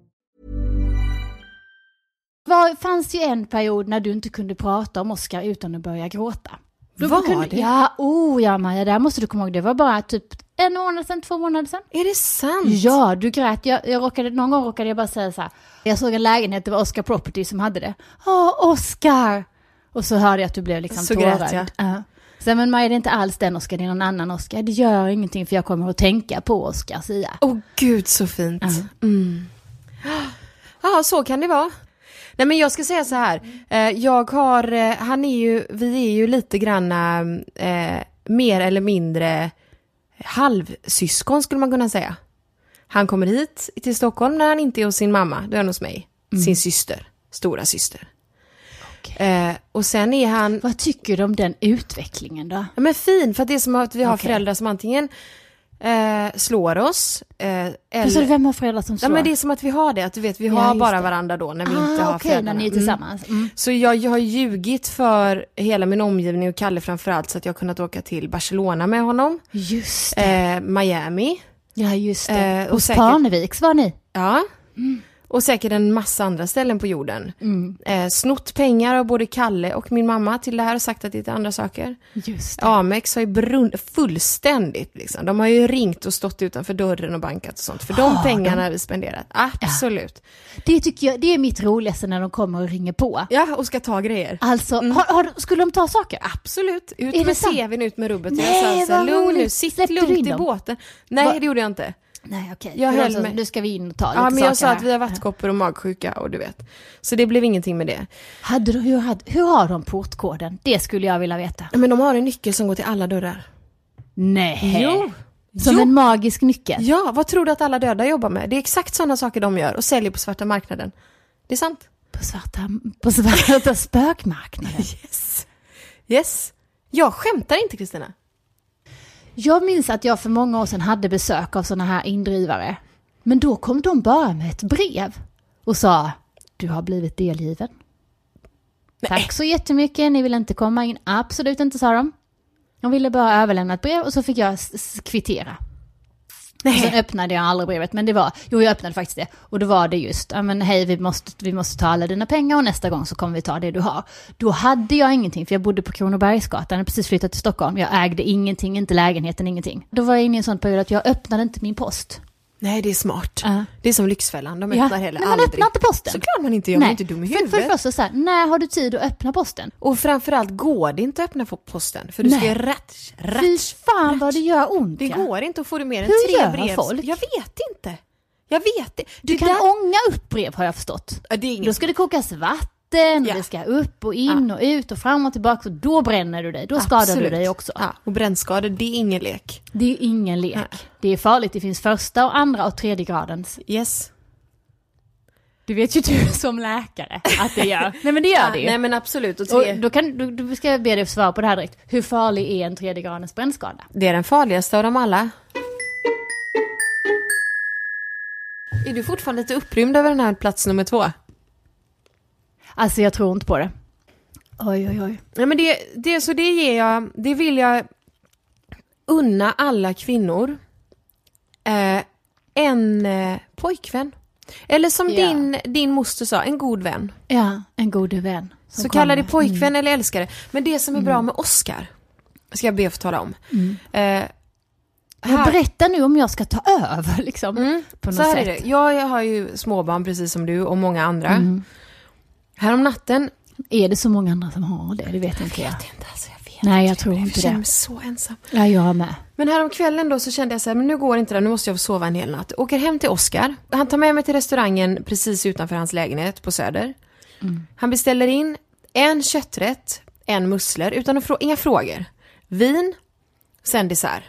Speaker 4: var, fanns ju en period när du inte kunde prata om Oscar utan att börja gråta. Då
Speaker 5: Var
Speaker 4: kunde,
Speaker 5: det?
Speaker 4: Ja, oh ja Maja, där måste du komma ihåg. Det var bara typ en månad sedan, två månader sedan.
Speaker 5: Är det sant?
Speaker 4: Ja, du grät. Jag, jag råkade, någon gång råkade jag bara säga så här. Jag såg en lägenhet, det var Oscar Property som hade det. Ja, Oscar! Och så hörde jag att du blev liksom
Speaker 5: Så
Speaker 4: tårögd.
Speaker 5: grät jag.
Speaker 4: Ja. Sen men Maja, det är inte alls den Oscar, det är någon annan Oscar. Det gör ingenting för jag kommer att tänka på Oscar, säger jag.
Speaker 5: Åh oh, gud så fint. Mm. Ja, så kan det vara. Nej men jag ska säga så här, Eh, jag har, eh, han är ju, vi är ju lite granna eh, mer eller mindre halvsyskon skulle man kunna säga. Han kommer hit till Stockholm när han inte är hos sin mamma, då är han hos mig.
Speaker 4: Mm.
Speaker 5: Sin syster, stora syster. Eh, och sen är han...
Speaker 4: Vad tycker du om den utvecklingen då?
Speaker 5: Ja, men fin, för att det är som att vi har
Speaker 4: Okej.
Speaker 5: föräldrar som antingen eh, slår oss, eh, eller...
Speaker 4: Eller... Vem har föräldrar som
Speaker 5: Ja,
Speaker 4: slår?
Speaker 5: men det är som att vi har det, att du vet, vi
Speaker 4: Ja,
Speaker 5: har
Speaker 4: just
Speaker 5: bara
Speaker 4: det.
Speaker 5: varandra då när vi
Speaker 4: Ah,
Speaker 5: inte har
Speaker 4: okej,
Speaker 5: föräldrarna.
Speaker 4: när ni är tillsammans. Mm.
Speaker 5: Så jag, jag har ljugit för hela min omgivning och Kalle framförallt så att jag kunnat åka till Barcelona med honom.
Speaker 4: Just
Speaker 5: det. Eh, Miami.
Speaker 4: Ja, just det.
Speaker 5: Eh, och
Speaker 4: Hos
Speaker 5: säkert-
Speaker 4: Parneviks var ni.
Speaker 5: Ja. Och säkert en massa andra ställen på jorden.
Speaker 4: Mm.
Speaker 5: Eh, snott pengar av både Kalle och min mamma till det här och sagt att det är till andra saker.
Speaker 4: Just
Speaker 5: Amex har ju brun- fullständigt liksom. De har ju ringt och stått utanför dörren och bankat och sånt. För de
Speaker 4: Har de?
Speaker 5: pengarna har vi spenderat. Absolut.
Speaker 4: Det tycker jag, det är mitt roligaste när de kommer och ringer på.
Speaker 5: Ja, och ska ta grejer.
Speaker 4: Alltså,
Speaker 5: Mm.
Speaker 4: har, har, skulle de ta saker?
Speaker 5: Absolut. Ut
Speaker 4: Är det
Speaker 5: med
Speaker 4: sant?
Speaker 5: tvn, ut med rubbet.
Speaker 4: Nej,
Speaker 5: jag sa så här,
Speaker 4: vad
Speaker 5: lugn nu,
Speaker 4: roligt.
Speaker 5: sitt
Speaker 4: Släppte du in
Speaker 5: lugnt i
Speaker 4: dem?"
Speaker 5: båten. Nej,
Speaker 4: Va?
Speaker 5: det gjorde jag inte.
Speaker 4: Nej, okej.
Speaker 5: Jag
Speaker 4: För de
Speaker 5: höll
Speaker 4: sa,
Speaker 5: mig-
Speaker 4: Nu ska vi in och ta
Speaker 5: Ja,
Speaker 4: lite
Speaker 5: men jag
Speaker 4: saker
Speaker 5: sa att
Speaker 4: här."
Speaker 5: vi har vattkoppor och magsjuka och du vet. Så det blev ingenting med det.
Speaker 4: Hade, de- hur, hade, hur har de portkoden? Det skulle jag vilja veta.
Speaker 5: Men de har en nyckel som går till alla dörrar.
Speaker 4: Nej.
Speaker 5: Jo.
Speaker 4: Som
Speaker 5: Jo.
Speaker 4: en magisk nyckel.
Speaker 5: Ja, vad tror du att alla döda jobbar med? Det är exakt sådana saker de gör och säljer på svarta marknaden. Det är sant.
Speaker 4: På svarta, på svarta spökmarknaden.
Speaker 5: Yes. Jag skämtar inte Kristina.
Speaker 4: Jag minns att jag för många år sedan hade besök av sådana här indrivare. Men då kom de bara med ett brev och sa du har blivit delgiven. Tack så jättemycket, ni vill inte komma in. Absolut inte, sa de. De ville bara överlämna ett brev och så fick jag s- s- kvittera. Och sen öppnade jag aldrig brevet, men det var, jo jag öppnade faktiskt det. Och då var det just, ja men hej vi måste, vi måste ta alla dina pengar och nästa gång så kommer vi ta det du har. Då hade jag ingenting, för jag bodde på Kronobergsgatan, jag hade precis flyttat till Stockholm, jag ägde ingenting, inte lägenheten, ingenting. Då var jag inne i en sån period att jag öppnade inte min post.
Speaker 5: Nej, det är smart. Det är som Lyxfällan, de
Speaker 4: Ja,
Speaker 5: öppnar heller
Speaker 4: men man
Speaker 5: aldrig.
Speaker 4: öppnar inte posten.
Speaker 5: Såklart man inte gör, man är inte dum i
Speaker 4: för,
Speaker 5: huvudet.
Speaker 4: för det första så här, när har du tid att öppna posten?
Speaker 5: Och framförallt går det inte att öppna posten, för du ska
Speaker 4: Nej.
Speaker 5: göra ratch,
Speaker 4: Fy
Speaker 5: ratch,
Speaker 4: fan vad det gör ont
Speaker 5: Det
Speaker 4: ja.
Speaker 5: går inte att få det mer än
Speaker 4: Hur
Speaker 5: tre
Speaker 4: gör
Speaker 5: brev.
Speaker 4: folk?
Speaker 5: Jag vet inte. Jag vet inte.
Speaker 4: Du
Speaker 5: Det
Speaker 4: kan
Speaker 5: där-
Speaker 4: ånga upp brev har jag förstått.
Speaker 5: Ja, det är inget.
Speaker 4: Då ska det kokas vatten,
Speaker 5: Ja.
Speaker 4: och det ska upp och in och ut och fram och tillbaka. Och då bränner du dig, då skadar du
Speaker 5: Absolut.
Speaker 4: dig också.
Speaker 5: Ja, och brännskador, det är ingen lek.
Speaker 4: Det är ingen lek.
Speaker 5: Nej.
Speaker 4: Det är farligt, det finns första och andra och tredje gradens.
Speaker 5: Yes.
Speaker 4: Det vet ju du som läkare att det gör. Nej men det gör det ju.
Speaker 5: Nej men absolut. Och
Speaker 4: och
Speaker 5: tre...
Speaker 4: då, kan, då, då ska jag be dig svara på det här direkt. Hur farlig är en tredje gradens brännskada?
Speaker 5: Det är den farligaste av dem alla. Är du fortfarande lite upprymd över den här plats nummer två?
Speaker 4: Alltså jag tror inte på det. Oj oj oj.
Speaker 5: Nej men det, det, så det ger jag, det vill jag unna alla kvinnor. Eh, en eh, pojkvän. Eller som
Speaker 4: Ja.
Speaker 5: din, din moster sa, en god vän.
Speaker 4: Ja, en god vän. som
Speaker 5: Så kalla det
Speaker 4: kommer. Mm.
Speaker 5: pojkvän eller älskare. Men det som är bra med Oscar, ska jag be att få tala om.
Speaker 4: Mm.
Speaker 5: Eh,
Speaker 4: Ja,
Speaker 5: här-
Speaker 4: berätta nu om jag ska ta över liksom. På något
Speaker 5: så här
Speaker 4: sätt.
Speaker 5: är det. Jag, jag har ju småbarn precis som du och många andra.
Speaker 4: Mm.
Speaker 5: Härom natten...
Speaker 4: Är det så många andra som har det? Det vet inte jag.
Speaker 5: inte, alltså, jag vet
Speaker 4: Nej, jag tror
Speaker 5: Jag
Speaker 4: inte
Speaker 5: känner
Speaker 4: det.
Speaker 5: mig så ensam.
Speaker 4: Ja, jag med.
Speaker 5: Men häromkvällen då så kände jag så här, men nu går inte det, nu måste jag sova en hel natt. Åker hem till Oscar. Han tar med mig till restaurangen precis utanför hans lägenhet på Söder. Han beställer in en kötträtt, en musslor, utan att frå- inga frågor. Vin, sen dessert.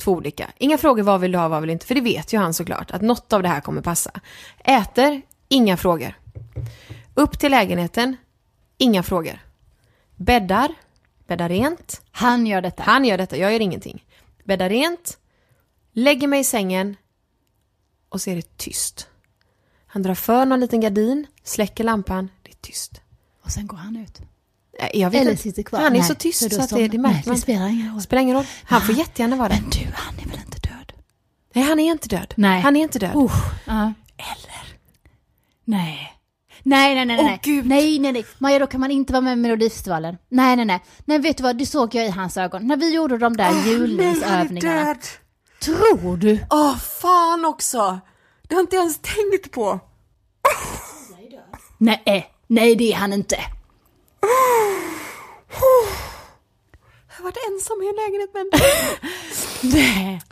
Speaker 5: Två olika. Inga frågor vad vill du ha, vad vill du inte? För det vet ju han såklart, att något av det här kommer passa. Äter, inga frågor. Upp till lägenheten, inga frågor. Bäddar, bäddar rent.
Speaker 4: Han gör detta.
Speaker 5: Han gör detta, jag gör ingenting. Bäddar rent, lägger mig i sängen och så är det tyst. Han drar för någon liten gardin, släcker lampan, det är tyst.
Speaker 4: Och sen går han ut.
Speaker 5: Nej, Jag vet
Speaker 4: Eller
Speaker 5: inte.
Speaker 4: sitter kvar.
Speaker 5: Han är
Speaker 4: Nej,
Speaker 5: så tyst
Speaker 4: för då
Speaker 5: så att det, det
Speaker 4: somnar- Nej,
Speaker 5: märker man.
Speaker 4: det spelar ingen roll. Ah.
Speaker 5: Spelar ingen roll. Han får jättegärna vara där.
Speaker 4: Men du, han är väl inte död?
Speaker 5: Nej, han är inte död.
Speaker 4: Nej. Oh,
Speaker 5: Han är inte död.
Speaker 4: Usch. Ja. Nej. Nej, nej, nej, nej.
Speaker 5: Åh,
Speaker 4: nej.
Speaker 5: Gud.
Speaker 4: nej, nej, nej. Maja, då kan man inte vara med i Melodifestivalen. Nej, nej, nej. Nej, vet du vad? Det såg jag i hans ögon. När vi gjorde de där julningsövningarna. Tror du?
Speaker 5: Åh, fan också! Det har jag inte ens tänkt på.
Speaker 4: Nej, nej, det är han inte.
Speaker 5: Jag har varit ensam i en lägenhet men...
Speaker 4: Nej.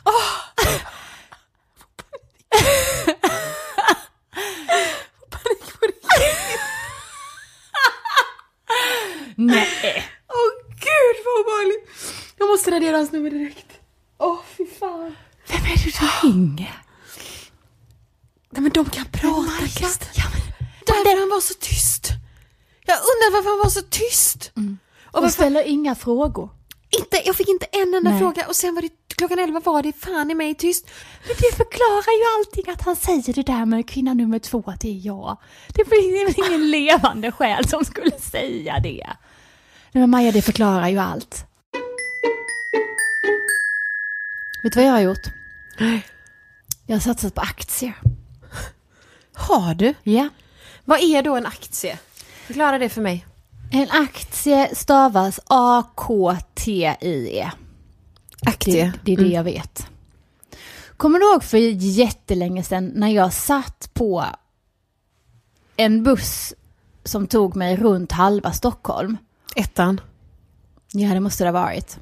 Speaker 4: Nej.
Speaker 5: Åh gud vad obehagligt! Jag måste måste radera hans nummer direkt. Åh, fy fan.
Speaker 8: Vem är det som ringer? Nej men de kan prata
Speaker 5: Marcus.
Speaker 8: Kristin.
Speaker 5: Därför han var så tyst. Jag undrar varför han var så tyst.
Speaker 8: Mm.
Speaker 4: Och, och ställer inga frågor.
Speaker 5: Inte, jag fick inte en enda
Speaker 4: Nej.
Speaker 5: fråga och sen var det klockan 11 var det fan i mig tyst.
Speaker 4: Men det förklarar ju allting att han säger det där med kvinna nummer två, att det är jag. Det finns väl ingen levande själ som skulle säga det. Nej men Maja, det förklarar ju allt. Vet du vad jag har gjort? Jag har satsat på aktier.
Speaker 5: Har du?
Speaker 4: Ja.
Speaker 5: Vad är då en aktie? Förklara det för mig.
Speaker 4: En aktie stavas A-K-T-I-E.
Speaker 5: Aktie.
Speaker 4: Det, det är det jag vet. Kommer du ihåg för jättelänge sedan när jag satt på en buss som tog mig runt halva Stockholm?
Speaker 5: Ettan.
Speaker 4: Ja, det måste det ha varit.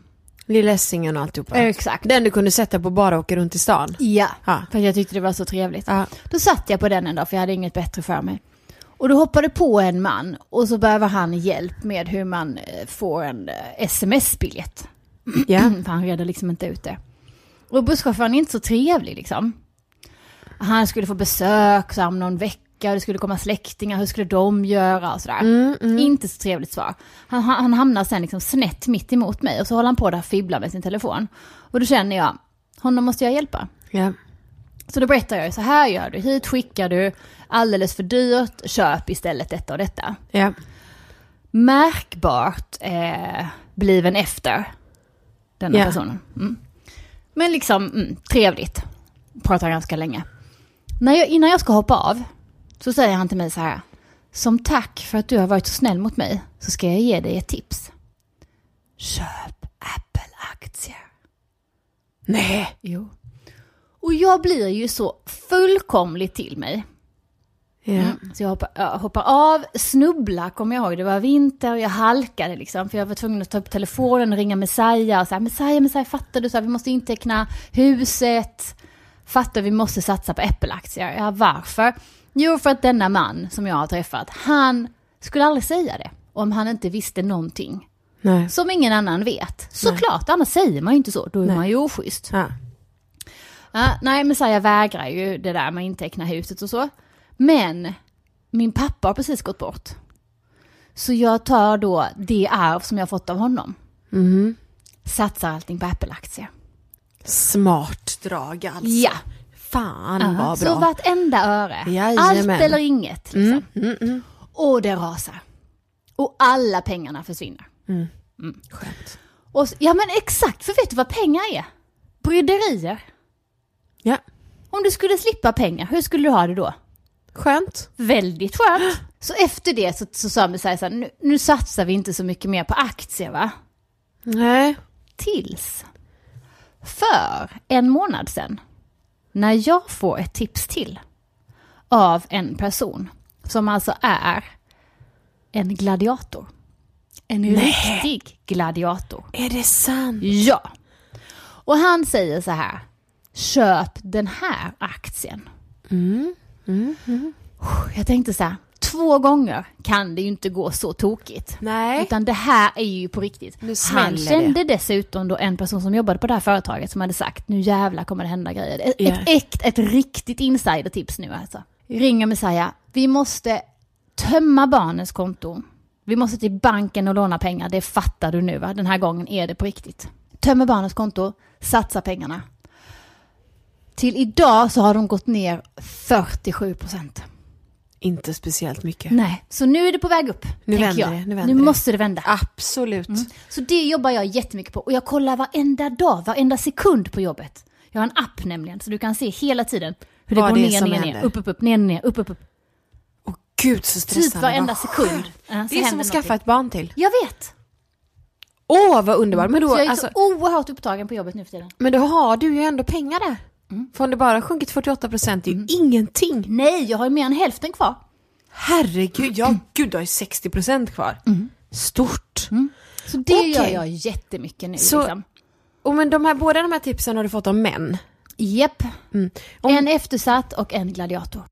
Speaker 5: Lilla Essingen och alltihopa.
Speaker 4: Exakt.
Speaker 5: Den du kunde sätta på bara och åka runt i stan.
Speaker 4: Ja,
Speaker 5: Ja.
Speaker 4: för jag tyckte det var så trevligt.
Speaker 5: Ja.
Speaker 4: Då satt jag på den en dag för jag hade inget bättre för mig. Och då hoppade på en man och så behöver han hjälp med hur man eh, får en eh, sms-biljett.
Speaker 5: Ja.
Speaker 4: För han redde liksom inte ut det. Och busschauffören är inte så trevlig liksom. Han skulle få besök så här, om någon vecka, det skulle komma släktingar, hur skulle de göra och sådär.
Speaker 5: Mm,
Speaker 4: Inte så trevligt svar. Han, han han hamnar sen liksom snett mitt emot mig och så håller han på där och fibblar med sin telefon. Och då känner jag, honom måste jag hjälpa.
Speaker 5: Ja.
Speaker 4: Så då berättar jag, ju, så här gör du, hit skickar du, alldeles för dyrt, köp istället detta och detta.
Speaker 5: Ja.
Speaker 4: Märkbart eh, bliven efter denna
Speaker 5: Ja.
Speaker 4: personen. Mm. Men liksom, mm, trevligt. Pratar ganska länge. När jag, innan jag ska hoppa av så säger han till mig så här, som tack för att du har varit så snäll mot mig så ska jag ge dig ett tips. Köp Apple-aktier.
Speaker 5: Nej.
Speaker 4: Jo. Och jag blir ju så fullkomligt till mig.
Speaker 5: Ja.
Speaker 4: Mm. Så jag hoppar, jag hoppar av, snubbla kommer jag ihåg, det var vinter och jag halkade liksom. För jag var tvungen att ta upp telefonen och ringa Messiah och säga Messiah, Messiah fattar du? Så här, vi måste inteckna huset. Fattar vi måste satsa på Apple-aktier. Ja, varför? Jo, för att denna man som jag har träffat, han skulle aldrig säga det. Om han inte visste någonting.
Speaker 5: Nej.
Speaker 4: Som ingen annan vet. Såklart, annars säger man ju inte så. Då är man ju oschysst.
Speaker 5: Ja.
Speaker 4: Ja, nej, Messiah vägrar ju det där med att inteckna huset och så. Men min pappa har precis gått bort. Så jag tar då det arv som jag fått av honom.
Speaker 5: Mhm.
Speaker 4: Satsar allting på Apple-aktier.
Speaker 5: Smart drag alltså.
Speaker 4: Ja,
Speaker 5: Fan
Speaker 4: Ja,
Speaker 5: vad bra.
Speaker 4: så vartenda öre.
Speaker 5: Jajamän.
Speaker 4: Allt eller inget. Liksom.
Speaker 5: Mm, mm, mm.
Speaker 4: Och det rasar. Och alla pengarna försvinner.
Speaker 5: Skönt.
Speaker 4: Och, s- ja men exakt, för vet du vad pengar är? Bryderier.
Speaker 5: Ja.
Speaker 4: Om du skulle slippa pengar, hur skulle du ha det då?
Speaker 5: Skönt.
Speaker 4: Väldigt skönt. Så efter det så, så sa Messiah så här, nu, nu satsar vi inte så mycket mer på aktier va?
Speaker 5: Nej.
Speaker 4: Tills för en månad sedan när jag får ett tips till av en person som alltså är en gladiator. En riktig gladiator.
Speaker 5: Är det sant?
Speaker 4: Ja. Och han säger så här. Köp den här aktien. Jag tänkte så här. Två gånger kan det ju inte gå så tokigt.
Speaker 5: Nej.
Speaker 4: Utan det här är ju på riktigt.
Speaker 5: Nu smäller
Speaker 4: Han
Speaker 5: det.
Speaker 4: kände dessutom då en person som jobbade på det här företaget som hade sagt nu jävlar kommer det hända grejer. Ett,
Speaker 5: Ja.
Speaker 4: ett, äkt, ett riktigt insidertips nu alltså. Ringer Messiah. Vi måste tömma barnens konton. Vi måste till banken och låna pengar, det fattar du nu va? Den här gången är det på riktigt. Tömmer barnens konto, satsa pengarna. Till idag så har de gått ner 47 procent.
Speaker 5: Inte speciellt mycket.
Speaker 4: Nej, så nu är det på väg upp.
Speaker 5: Nu
Speaker 4: tänker
Speaker 5: vänder
Speaker 4: jag.
Speaker 5: det, nu vänder
Speaker 4: nu
Speaker 5: det.
Speaker 4: måste det vända.
Speaker 5: Absolut.
Speaker 4: Så det jobbar jag jättemycket på och jag kollar varenda dag, varenda sekund på jobbet. Jag har en app nämligen, så du kan se hela tiden hur det
Speaker 5: Vad
Speaker 4: går
Speaker 5: det är
Speaker 4: ner,
Speaker 5: som
Speaker 4: ner, ner,
Speaker 5: händer.
Speaker 4: upp, upp, upp, ner, ner, upp, upp, upp.
Speaker 5: Gud så stressande.
Speaker 4: Typ varenda
Speaker 5: Vad
Speaker 4: sekund.
Speaker 5: skönt.
Speaker 4: Ja, så
Speaker 5: Det är som
Speaker 4: händer
Speaker 5: att skaffa
Speaker 4: någonting.
Speaker 5: ett barn till.
Speaker 4: Jag vet!
Speaker 5: Åh vad underbart. Men då,
Speaker 4: Så jag är
Speaker 5: alltså,
Speaker 4: så oerhört upptagen på jobbet nu för tiden.
Speaker 5: men då har du ju ändå pengar där. För om det bara har sjunkit 48 procent, det är ju ingenting.
Speaker 4: Nej, jag har ju mer än hälften kvar.
Speaker 5: Herregud, ja gud, du har ju 60 procent kvar. Stort.
Speaker 4: Så det
Speaker 5: Okej.
Speaker 4: gör jag jättemycket nu.
Speaker 5: Så-
Speaker 4: liksom.
Speaker 5: Och men de här, båda de här tipsen har du fått om män.
Speaker 4: Japp.
Speaker 5: Mm.
Speaker 4: En eftersatt och en gladiator.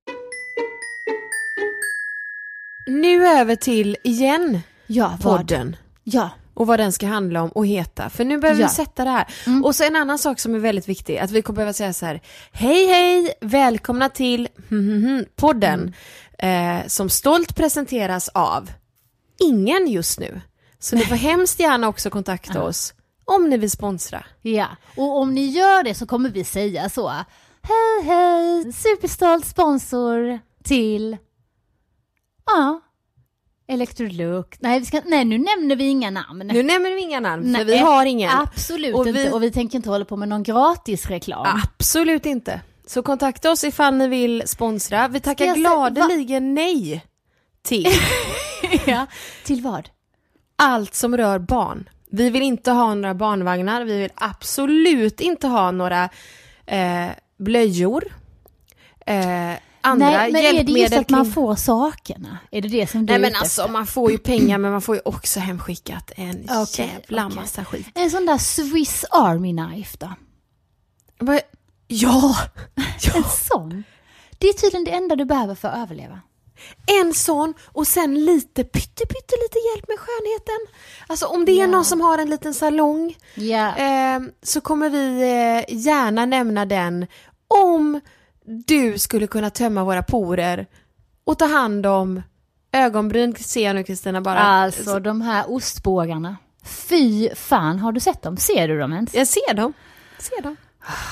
Speaker 5: Nu över till, igen,
Speaker 4: Ja, vad?
Speaker 5: podden.
Speaker 4: Ja.
Speaker 5: och vad den ska handla om och heta. För nu behöver
Speaker 4: Ja. Mm.
Speaker 5: vi sätta det här. Och så en annan sak som är väldigt viktig, att vi kommer behöva säga så här, hej hej, välkomna till podden eh, som stolt presenteras av ingen just nu. Så ni får hemskt gärna också kontakta oss om ni vill sponsra.
Speaker 4: Ja, och om ni gör det så kommer vi säga så. Hej, hej, superstolt sponsor till... Ja, Electrolux. Nej, vi ska... Nej, nu nämner vi inga namn.
Speaker 5: Nu nämner vi inga namn,
Speaker 4: Nej,
Speaker 5: för vi har ingen.
Speaker 4: Absolut
Speaker 5: Och vi- Ah.
Speaker 4: inte, och vi tänker inte hålla på med någon gratis reklam.
Speaker 5: Absolut inte. Så kontakta oss ifall ni vill sponsra. Vi
Speaker 4: Ska
Speaker 5: tackar
Speaker 4: jag se-
Speaker 5: gladeligen nej till
Speaker 4: ja. Till vad?
Speaker 5: allt som rör barn. Vi vill inte ha några barnvagnar, vi vill absolut inte ha några eh, blöjor, eh, andra
Speaker 4: Nej, men är det
Speaker 5: hjälpmedel
Speaker 4: just att man
Speaker 5: kring-
Speaker 4: får sakerna? Är det det som du
Speaker 5: Nej
Speaker 4: är
Speaker 5: men
Speaker 4: ute
Speaker 5: alltså
Speaker 4: efter?
Speaker 5: man får ju pengar men man får ju också hemskickat en
Speaker 4: Okej,
Speaker 5: jävla
Speaker 4: okej.
Speaker 5: massa skit.
Speaker 4: En sån där Swiss Army Knife då?
Speaker 5: Vad- Ja!
Speaker 4: En
Speaker 5: Oh.
Speaker 4: sån? Det är tydligen det enda du behöver för att överleva.
Speaker 5: En sån och sen lite pytte pytte lite hjälp med skönheten. Alltså om det är någon som har en liten salong
Speaker 4: Ja.
Speaker 5: eh, så kommer vi eh, gärna nämna den om du skulle kunna tömma våra porer och ta hand om ögonbryn ser jag nu Kristina bara.
Speaker 4: Alltså de här ostbågarna. Fy fan, har du sett dem? Ser du dem ens?
Speaker 5: Jag ser dem. Ser dem.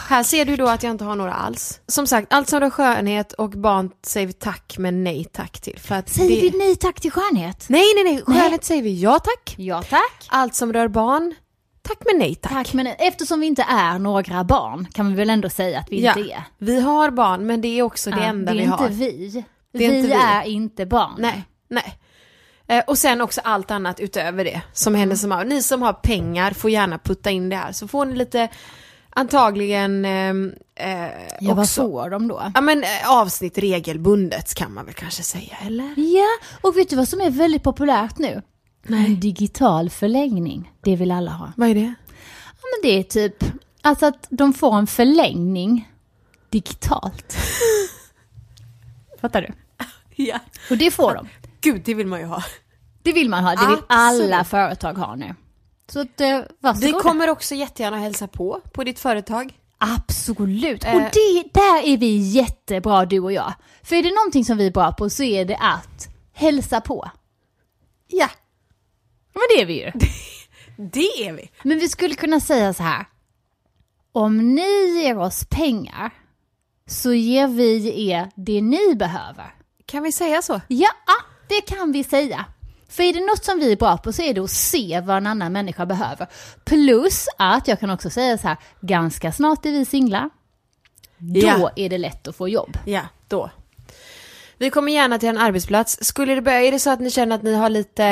Speaker 5: Här ser du då att jag inte har några alls. Som sagt, allt som rör skönhet och barn säger vi tack men nej tack till. För att
Speaker 4: Säger
Speaker 5: det...
Speaker 4: vi nej tack till skönhet?
Speaker 5: Nej, nej, nej. Skönhet säger vi ja tack.
Speaker 4: Ja tack.
Speaker 5: Allt som rör barn, tack men nej tack.
Speaker 4: Tack, men eftersom vi inte är några barn kan vi väl ändå säga att vi
Speaker 5: Ja,
Speaker 4: inte är.
Speaker 5: vi har barn men det är också det
Speaker 4: Ja,
Speaker 5: enda
Speaker 4: det är
Speaker 5: vi
Speaker 4: inte
Speaker 5: har.
Speaker 4: vi.
Speaker 5: Det är
Speaker 4: vi
Speaker 5: inte vi.
Speaker 4: är inte barn.
Speaker 5: Nej, nej. Eh, Och sen också allt annat utöver det som händer som har. Ni som har pengar får gärna putta in det här så får ni lite antagligen ehm, eh,
Speaker 4: Ja, vad
Speaker 5: också.
Speaker 4: får de då?
Speaker 5: Ja men eh, avsnitt regelbundet kan man väl kanske säga eller?
Speaker 4: Ja, och vet du vad som är väldigt populärt nu? En digital förlängning. Det vill alla ha.
Speaker 5: Vad är det?
Speaker 4: Ja, men det är typ, alltså att de får en förlängning digitalt. Fattar du?
Speaker 5: Ja.
Speaker 4: Och det får de.
Speaker 5: Gud det vill man ju ha.
Speaker 4: Det vill man ha, det vill
Speaker 5: Absolut.
Speaker 4: alla företag ha nu. Så att, eh,
Speaker 5: Vi
Speaker 4: varsågoda.
Speaker 5: kommer också jättegärna hälsa på på ditt företag.
Speaker 4: Absolut,
Speaker 5: Eh.
Speaker 4: och det, där är vi jättebra du och jag. För är det någonting som vi är bra på så är det att hälsa på.
Speaker 5: Ja,
Speaker 4: Men det är vi ju.
Speaker 5: det är vi.
Speaker 4: Men vi skulle kunna säga så här. Om ni ger oss pengar så ger vi er det ni behöver.
Speaker 5: Kan vi säga så?
Speaker 4: Ja, ah, det kan vi säga. För är det något som vi är bra på så är det att se vad en annan människa behöver. Plus att jag kan också säga så här, ganska snart är vi singlar. Då
Speaker 5: Ja.
Speaker 4: är det lätt att få jobb.
Speaker 5: Ja, då. Vi kommer gärna till en arbetsplats. Skulle det börja, är det så att ni känner att ni har lite,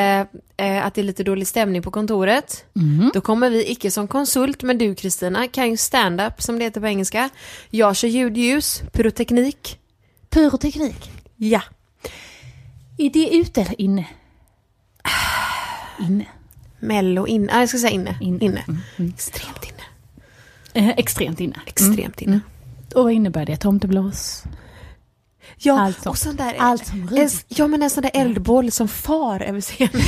Speaker 5: eh, att det är lite dålig stämning på kontoret,
Speaker 4: Mhm.
Speaker 5: då kommer vi, icke som konsult, men du Kristina, kan ju stand-up som det heter på engelska. Jag kör ljud, ljus, pyroteknik.
Speaker 4: Pyroteknik,
Speaker 5: Ja.
Speaker 4: är det ute eller inne? Inne.
Speaker 5: Mello inne, ah, jag ska säga inne.
Speaker 4: Inne. Mm,
Speaker 5: inne. Extremt inne.
Speaker 4: Eh, extremt inne. Mm,
Speaker 5: Extremt inne.
Speaker 4: Och vad innebär det? Tomteblås?
Speaker 5: Ja,
Speaker 4: Allt som-
Speaker 5: och sån där,
Speaker 4: allt som ryker.
Speaker 5: en, ja, men en sån där eldboll som far över scenen.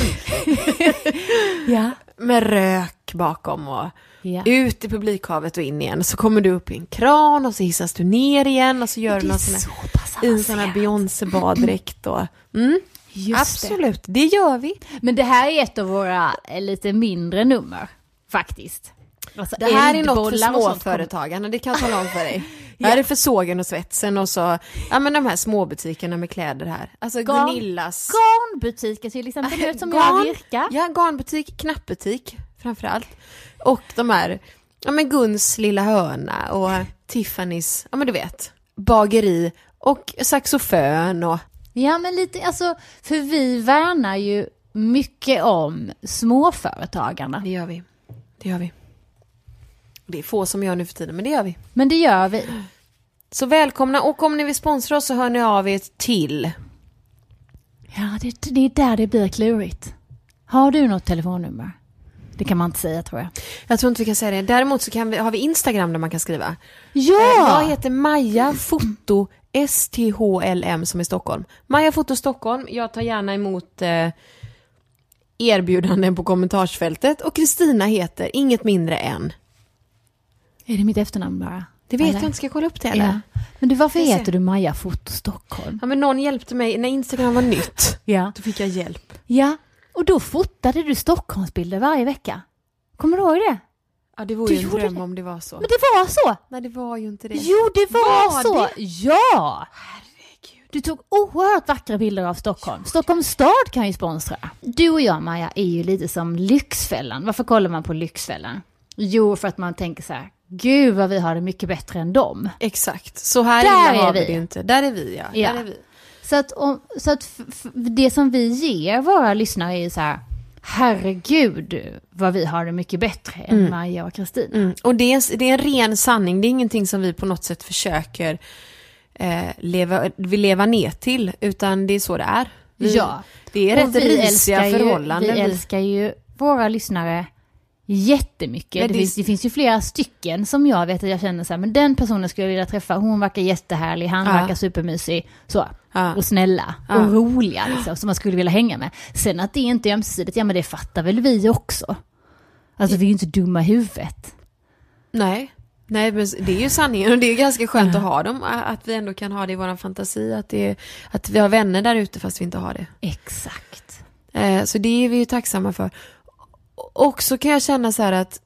Speaker 4: Ja.
Speaker 5: Med rök bakom och
Speaker 4: Ja.
Speaker 5: ut i publikhavet och in igen. Så kommer du upp i en kran och så hissas du ner igen och så gör du
Speaker 4: Det är
Speaker 5: någon sån
Speaker 4: så
Speaker 5: här,
Speaker 4: pass
Speaker 5: i en sån här
Speaker 4: avancerat.
Speaker 5: Beyoncé-baddräkt och... Mm,
Speaker 4: Just
Speaker 5: absolut, det. gör vi.
Speaker 4: Det. Men det här är ett av våra eh, lite mindre nummer, faktiskt. Alltså,
Speaker 5: Det här är något för
Speaker 4: eldbollar och sånt kommer-
Speaker 5: småföretagarna, det kan jag tala om för dig. Det här är för sågen och svetsen och så, ja men de här småbutikerna med kläder här. Alltså
Speaker 4: Garn-
Speaker 5: Gunillas...
Speaker 4: Garnbutiker till exempel, du vet, som jag virkar.
Speaker 5: Ja, garnbutik, knappbutik framförallt. Och de här, ja men Guns lilla hörna och Tiffany's, ja men du vet, bageri och saxofön och
Speaker 4: Ja, men lite, alltså, för vi värnar ju mycket om småföretagarna.
Speaker 5: det gör vi. Det gör vi. Det är få som gör nu för tiden, men det gör vi.
Speaker 4: Men det gör vi.
Speaker 5: Så välkomna och om ni vill sponsra oss så hör ni av er till.
Speaker 4: Ja, det, det är där det blir klurigt. Har du något telefonnummer? Det kan man inte säga tror jag.
Speaker 5: Jag tror inte vi kan säga det. Däremot så kan vi, har vi Instagram där man kan skriva.
Speaker 4: Ja!
Speaker 5: Jag heter Maja Foto STHLM som är Stockholm. Maja Foto Stockholm, jag tar gärna emot eh, erbjudanden på kommentarsfältet och Kristina heter inget mindre än...
Speaker 4: Är det mitt efternamn bara?
Speaker 5: Det vet
Speaker 4: Eller?
Speaker 5: jag inte, ska jag kolla upp det eller?
Speaker 4: Ja. Men du, varför
Speaker 5: Ska jag se.
Speaker 4: heter du Maja Foto Stockholm?
Speaker 5: Ja men någon hjälpte mig när Instagram var nytt.
Speaker 4: Ja.
Speaker 5: Då fick jag hjälp.
Speaker 4: Ja, och då fotade du Stockholmsbilder varje vecka. Kommer du ihåg det?
Speaker 5: Ja det vore
Speaker 4: Du
Speaker 5: ju en
Speaker 4: gjorde
Speaker 5: dröm
Speaker 4: det.
Speaker 5: om det var så.
Speaker 4: Men det var så!
Speaker 5: Nej det var ju inte det.
Speaker 4: Jo, det var,
Speaker 5: Var
Speaker 4: så!
Speaker 5: det?
Speaker 4: Ja! Du tog oerhört vackra bilder av Stockholm. Stockholms stad kan ju sponsra. Du och jag, Maja, är ju lite som Lyxfällan. Varför kollar man på Lyxfällan? Jo, för att man tänker så här, gud vad vi har det mycket bättre än dem.
Speaker 5: Exakt, så här
Speaker 4: Där
Speaker 5: inne har
Speaker 4: är
Speaker 5: vi
Speaker 4: vi.
Speaker 5: det ju inte. Där är vi ja.
Speaker 4: Ja.
Speaker 5: Där är vi.
Speaker 4: Så att, om, så att f- f- det som vi ger våra lyssnare är ju så här, herregud vad vi har det mycket bättre än
Speaker 5: Mm.
Speaker 4: Maja och Kristina.
Speaker 5: Mm. Och det är, en, det är en ren sanning, det är ingenting som vi på något sätt försöker eh, leva, vi leva ner till, utan det är så det är. Vi,
Speaker 4: Ja.
Speaker 5: Det är
Speaker 4: Och
Speaker 5: rätt
Speaker 4: vi
Speaker 5: risiga
Speaker 4: älskar ju-
Speaker 5: förhållanden.
Speaker 4: Vi älskar ju våra lyssnare jättemycket.
Speaker 5: Men
Speaker 4: Det,
Speaker 5: det-
Speaker 4: finns, det finns ju flera stycken som jag vet att jag känner så här, men den personen skulle jag vilja träffa, hon verkar jättehärlig, han
Speaker 5: Ja.
Speaker 4: verkar supermysig, så.
Speaker 5: Ja.
Speaker 4: Och snälla,
Speaker 5: Ja.
Speaker 4: och roliga liksom, som man skulle vilja hänga med. Sen att det inte är ömsesidigt, ja men det fattar väl vi också. Alltså vi är ju inte dumma i huvudet.
Speaker 5: Nej. Nej, men det är ju sanningen och det är ganska skönt att ha dem, a- att vi ändå kan ha det i vår fantasi, att, det är, att vi har vänner där ute fast vi inte har det.
Speaker 4: Exakt.
Speaker 5: Eh, så det är vi ju tacksamma för. Och så kan jag känna så här att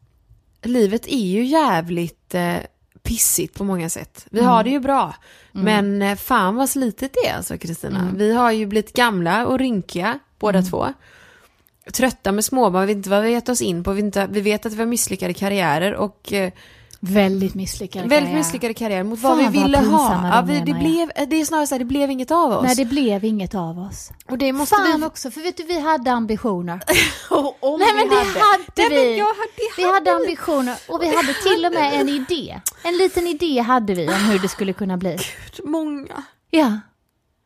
Speaker 5: livet är ju jävligt eh, pissigt på många sätt. Vi
Speaker 4: Mm.
Speaker 5: har det ju bra, men eh, fan vad slitet det är alltså Kristina.
Speaker 4: Mm.
Speaker 5: Vi har ju blivit gamla och rynkiga båda två. Trötta med småbarn, vi vet inte vad vi gett oss in på, vi, inte, vi vet att vi har misslyckade karriärer och eh,
Speaker 4: Väldigt misslyckade
Speaker 5: Väldigt
Speaker 4: karriär.
Speaker 5: misslyckade karriär mot
Speaker 4: Fan,
Speaker 5: vad vi
Speaker 4: vad
Speaker 5: ville ha.
Speaker 4: pinsamma
Speaker 5: Ja,
Speaker 4: de
Speaker 5: vi,
Speaker 4: är,
Speaker 5: det,
Speaker 4: Maja.
Speaker 5: blev, eh, det är snarare så här, det blev inget av oss.
Speaker 4: Nej, det blev inget av oss.
Speaker 5: Och det måste
Speaker 4: Fan
Speaker 5: vi...
Speaker 4: också, för vet du, vi hade ambitioner.
Speaker 5: Om
Speaker 4: Nej
Speaker 5: vi
Speaker 4: men det hade
Speaker 5: Nej,
Speaker 4: vi.
Speaker 5: men jag hade- det
Speaker 4: vi hade
Speaker 5: vi.
Speaker 4: ambitioner och vi hade till och med en idé. En liten idé hade vi om hur det skulle kunna bli.
Speaker 5: Många.
Speaker 4: Ja.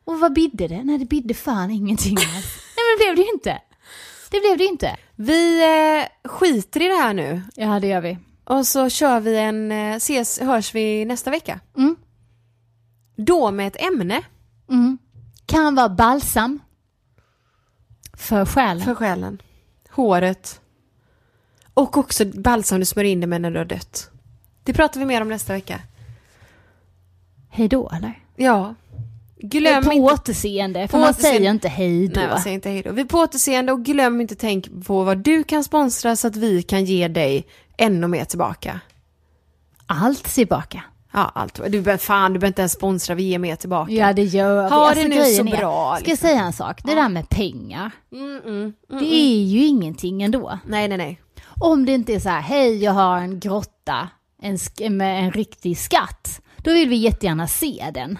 Speaker 4: Och vad bidde det? Nej det bidde fan ingenting alls. Nej men det blev det ju inte. Det blev det ju inte.
Speaker 5: Vi eh, skiter i det här nu.
Speaker 4: Ja det gör vi.
Speaker 5: Och så kör vi en... eh, Ses, hörs vi nästa vecka.
Speaker 4: Mm.
Speaker 5: Då med ett ämne.
Speaker 4: Mm. Kan vara balsam. För själen.
Speaker 5: För själen. Håret. Och också balsam du smörjer in dig med när du har dött. Det pratar vi mer om nästa vecka.
Speaker 4: Hej då eller?
Speaker 5: Ja. Glöm
Speaker 4: på
Speaker 5: inte...
Speaker 4: återseende, för
Speaker 5: på
Speaker 4: man
Speaker 5: återseende.
Speaker 4: säger inte hej då.
Speaker 5: Nej, jag säger inte hej då. Vi är på återseende och glöm inte tänk på vad du kan sponsra så att vi kan ge dig ännu mer tillbaka.
Speaker 4: Allt tillbaka.
Speaker 5: Ja, allt. Du behöver fan, du behöver inte ens sponsra, vi ger mer tillbaka.
Speaker 4: Ja det gör vi. Alltså,
Speaker 5: Ha det nu så
Speaker 4: grejen är-
Speaker 5: bra, liksom? Mm,
Speaker 4: Ska jag säga en sak? Det där med pengar. det är ju ingenting ändå.
Speaker 5: Nej, nej, nej.
Speaker 4: Om det inte är så här, hej jag har en grotta en sk- med en riktig skatt. Då vill vi jättegärna se den.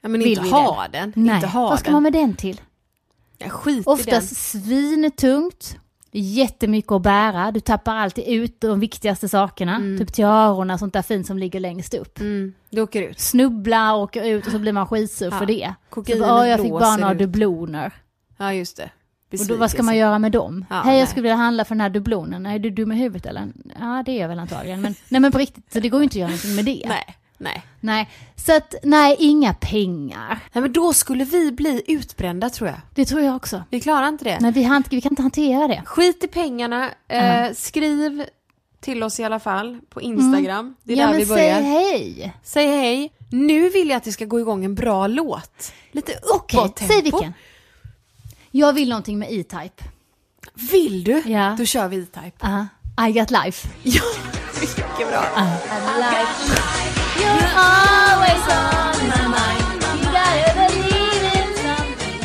Speaker 5: Ja, men
Speaker 4: Vill
Speaker 5: inte
Speaker 4: vi
Speaker 5: ha den.
Speaker 4: Nej,
Speaker 5: Inte ha
Speaker 4: vad ska
Speaker 5: den.
Speaker 4: man med den till?
Speaker 5: Ja, skit i den.
Speaker 4: Oftast svintungt, jättemycket att bära, du tappar alltid ut de viktigaste sakerna. Typ tiarorna, sånt där fint som ligger längst upp.
Speaker 5: Mm, det åker ut.
Speaker 4: Snubblar, åker ut och så blir man skitsur
Speaker 5: Ja,
Speaker 4: för det.
Speaker 5: kokainen
Speaker 4: så, bara, "Åh, jag fick bara
Speaker 5: blåser
Speaker 4: några
Speaker 5: ut."
Speaker 4: dubloner.
Speaker 5: Ja, just det.
Speaker 4: Och då, vad ska man
Speaker 5: Besvikelse.
Speaker 4: göra med dem?
Speaker 5: Ja,
Speaker 4: Hej,
Speaker 5: nej.
Speaker 4: jag skulle vilja handla för den här dublonen. Är du dum i huvudet eller? Ja, det är jag väl antagligen. Men, nej, men på riktigt, så det går ju inte att göra någonting med det.
Speaker 5: Nej, nej.
Speaker 4: Nej, så att nej, inga pengar.
Speaker 5: Nej, men då skulle vi bli utbrända tror jag.
Speaker 4: Det tror jag också.
Speaker 5: Vi klarar inte det.
Speaker 4: Nej, vi, han, vi kan inte hantera det.
Speaker 5: Skit i pengarna, eh, skriv till oss i alla fall på Instagram. Det är
Speaker 4: ja,
Speaker 5: där
Speaker 4: men
Speaker 5: vi börjar.
Speaker 4: säg hej.
Speaker 5: Säg hej. Nu vill jag att det ska gå igång en bra låt. Lite
Speaker 4: Okej,
Speaker 5: uppåt tempo.
Speaker 4: säg vilken. Jag vill någonting med E-Type.
Speaker 5: Vill du?
Speaker 4: Ja.
Speaker 5: Då kör vi E-Type.
Speaker 4: Uh, I got life.
Speaker 5: Ja, mycket bra.
Speaker 4: You're always on my mind. You gotta believe in something.